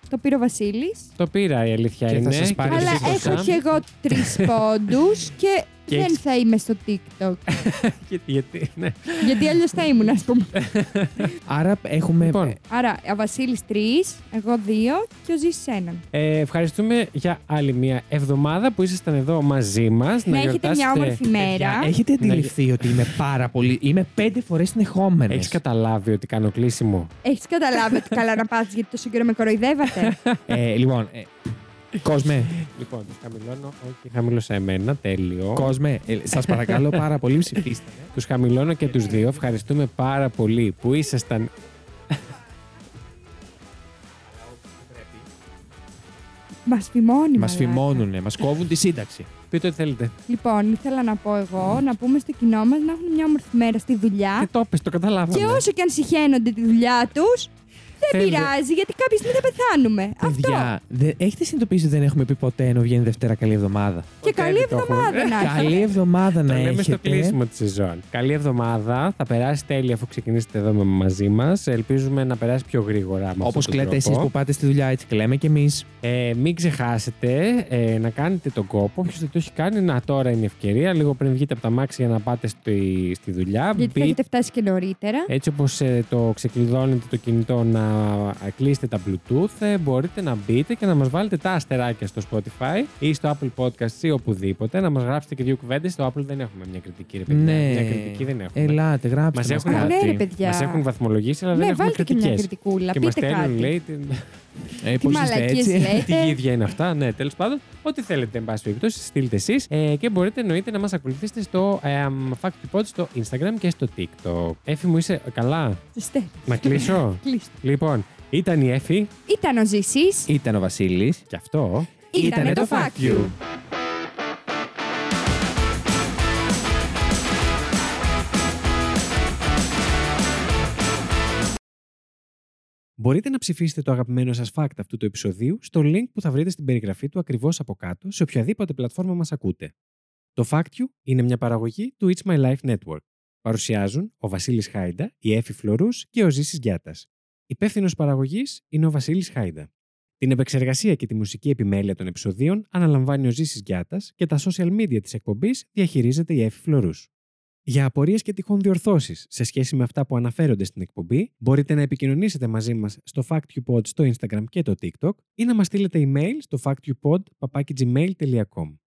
S2: το πήρε ο Βασίλης.
S1: Το πήρα η αλήθεια
S3: Και θα
S1: είναι.
S3: σας πάρει
S1: το
S2: Αλλά
S3: εσύ το
S1: σήκωσα.
S2: έχω και εγώ τρεις πόντους και
S1: Και
S2: δεν
S1: έχεις-
S2: θα είμαι στο TikTok.
S1: Και- Γιατί, ναι.
S2: Γιατί αλλιώς θα ήμουν, ας πούμε.
S3: Άρα έχουμε. Ε,
S1: Λοιπόν,
S2: Άρα, ο Βασίλης τρεις, εγώ δύο και ο Ζήσης έναν.
S1: ε, ευχαριστούμε για άλλη μια εβδομάδα που ήσασταν εδώ μαζί μας. Να,
S2: έχετε
S1: γιορτάσετε-
S2: μια όμορφη μέρα.
S3: Έχετε αντιληφθεί ότι είμαι πάρα πολύ. Είμαι πέντε φορές συνεχόμενος.
S1: Έχεις καταλάβει ότι κάνω κλείσιμο.
S2: Έχεις καταλάβει ότι καλά να πας γιατί τόσο καιρό με κοροϊδεύατε.
S3: Ε, λοιπόν. ε, Κόσμε,
S1: Λοιπόν, χαμηλώνω. Όχι, χαμηλώσα εμένα. Τέλειο.
S3: κόσμε, σας παρακαλώ πάρα πολύ ψηφίστε. με.
S1: Τους χαμηλώνω και τους δύο. Ευχαριστούμε πάρα πολύ που ήσασταν
S2: Μας φημώνει.
S3: Μας
S2: μαλάκα.
S3: φημώνουνε, μας κόβουν τη σύνταξη.
S1: Πείτε ό,τι θέλετε.
S2: Λοιπόν, ήθελα να πω εγώ να πούμε στο κοινό μας να έχουν μια όμορφη μέρα στη
S1: Και
S3: Ε,
S2: δουλειά.
S1: το πες, το καταλάβαμε.
S2: και όσο και αν συχαίνονται τη δουλειά τους, δεν
S1: Θέλει-
S2: πειράζει γιατί κάποια στιγμή θα πεθάνουμε. Αυτό.
S3: Παιδιά, δεν- έχετε συνειδητοποιήσει ότι δεν έχουμε πει ποτέ ενώ βγαίνει Δευτέρα καλή εβδομάδα.
S2: Και
S1: Ποτέ
S2: καλή
S1: δεν το έχουμε.
S2: εβδομάδα να έχετε.
S3: Ε, Καλή εβδομάδα
S1: Το
S3: να
S1: λέμε στο
S3: έχετε.
S1: κλείσιμο της σεζόν. Καλή εβδομάδα. Θα περάσει τέλεια αφού ξεκινήσετε εδώ με- μαζί μας. Ελπίζουμε να περάσει πιο γρήγορα. με
S3: Όπω
S1: αυτόν τον
S3: κλαίτε
S1: τρόπο.
S3: εσείς που πάτε στη δουλειά, έτσι κλαίμε κι εμείς.
S1: Ε, μην ξεχάσετε ε, να κάνετε τον κόπο. Όποιος δεν το έχει κάνει, να τώρα είναι η ευκαιρία. Λίγο πριν βγείτε από τα μάξι για να πάτε στη, στη δουλειά.
S2: Γιατί θα
S1: μπείτε-
S2: έχετε φτάσει και νωρίτερα.
S1: Έτσι όπως ε, το ξεκλειδώνετε το κινητό να κλείσετε τα Bluetooth, ε, μπορείτε να μπείτε και να μας βάλετε τα αστεράκια στο Spotify ή στο Apple Podcast ή οπουδήποτε, να μας γράψετε και δύο κουβέντες. Στο Apple δεν έχουμε μια κριτική, ρε παιδιά.
S3: Ναι.
S1: Μια κριτική δεν έχουμε.
S3: Ελάτε, γράψτε.
S1: Μας
S3: μας
S1: έχουν,
S2: Α,
S3: κάτι.
S2: ναι,
S1: κάτι.
S2: ρε παιδιά.
S1: μας έχουν βαθμολογήσει, αλλά
S2: ναι,
S1: δεν έχουμε
S2: βάλτε και μια
S1: κριτικές.
S2: κριτικούλα.
S1: Και μας
S2: πείτε
S1: στέλνουν,
S2: κάτι.
S1: λέει, την-
S3: Ε,
S2: Τι
S3: πώς είστε
S2: μαλακίες
S3: έτσι?
S1: τι
S2: λέτε.
S1: ίδια είναι αυτά. Ναι, τέλος πάντων, ό,τι θέλετε, εν πάση περιπτώσει, στείλτε εσείς. Ε, και μπορείτε εννοείται να μας ακολουθήσετε στο ε, Fact Report, στο Instagram και στο TikTok. Έφη μου, είσαι καλά.
S2: Ζεστέ.
S1: Να κλείσω.
S2: Κλείστε.
S1: Λοιπόν, ήταν η Εφη
S2: Ήταν ο Ζήσης.
S3: Ήταν ο Βασίλης.
S1: και αυτό.
S2: Ήτανε το Fact You.
S1: Μπορείτε να ψηφίσετε το αγαπημένο σας fact αυτού του επεισοδίου στο link που θα βρείτε στην περιγραφή του ακριβώς από κάτω σε οποιαδήποτε πλατφόρμα μας ακούτε. Το Fact You είναι μια παραγωγή του It's My Life Network. Παρουσιάζουν ο Βασίλης Χάιντα, η Έφη Φλωρούς και ο Ζήσης Γιάτας. Υπεύθυνος παραγωγής είναι ο Βασίλης Χάιντα. Την επεξεργασία και τη μουσική επιμέλεια των επεισοδίων αναλαμβάνει ο Ζήσης Γιάτας και τα social media της εκπομπής διαχειρίζεται η Έφη Φλωρούς. Για απορίες και τυχόν διορθώσεις σε σχέση με αυτά που αναφέρονται στην εκπομπή, μπορείτε να επικοινωνήσετε μαζί μας στο FactUpod στο Instagram και το TikTok ή να μας στείλετε email στο factupod.gmail.com.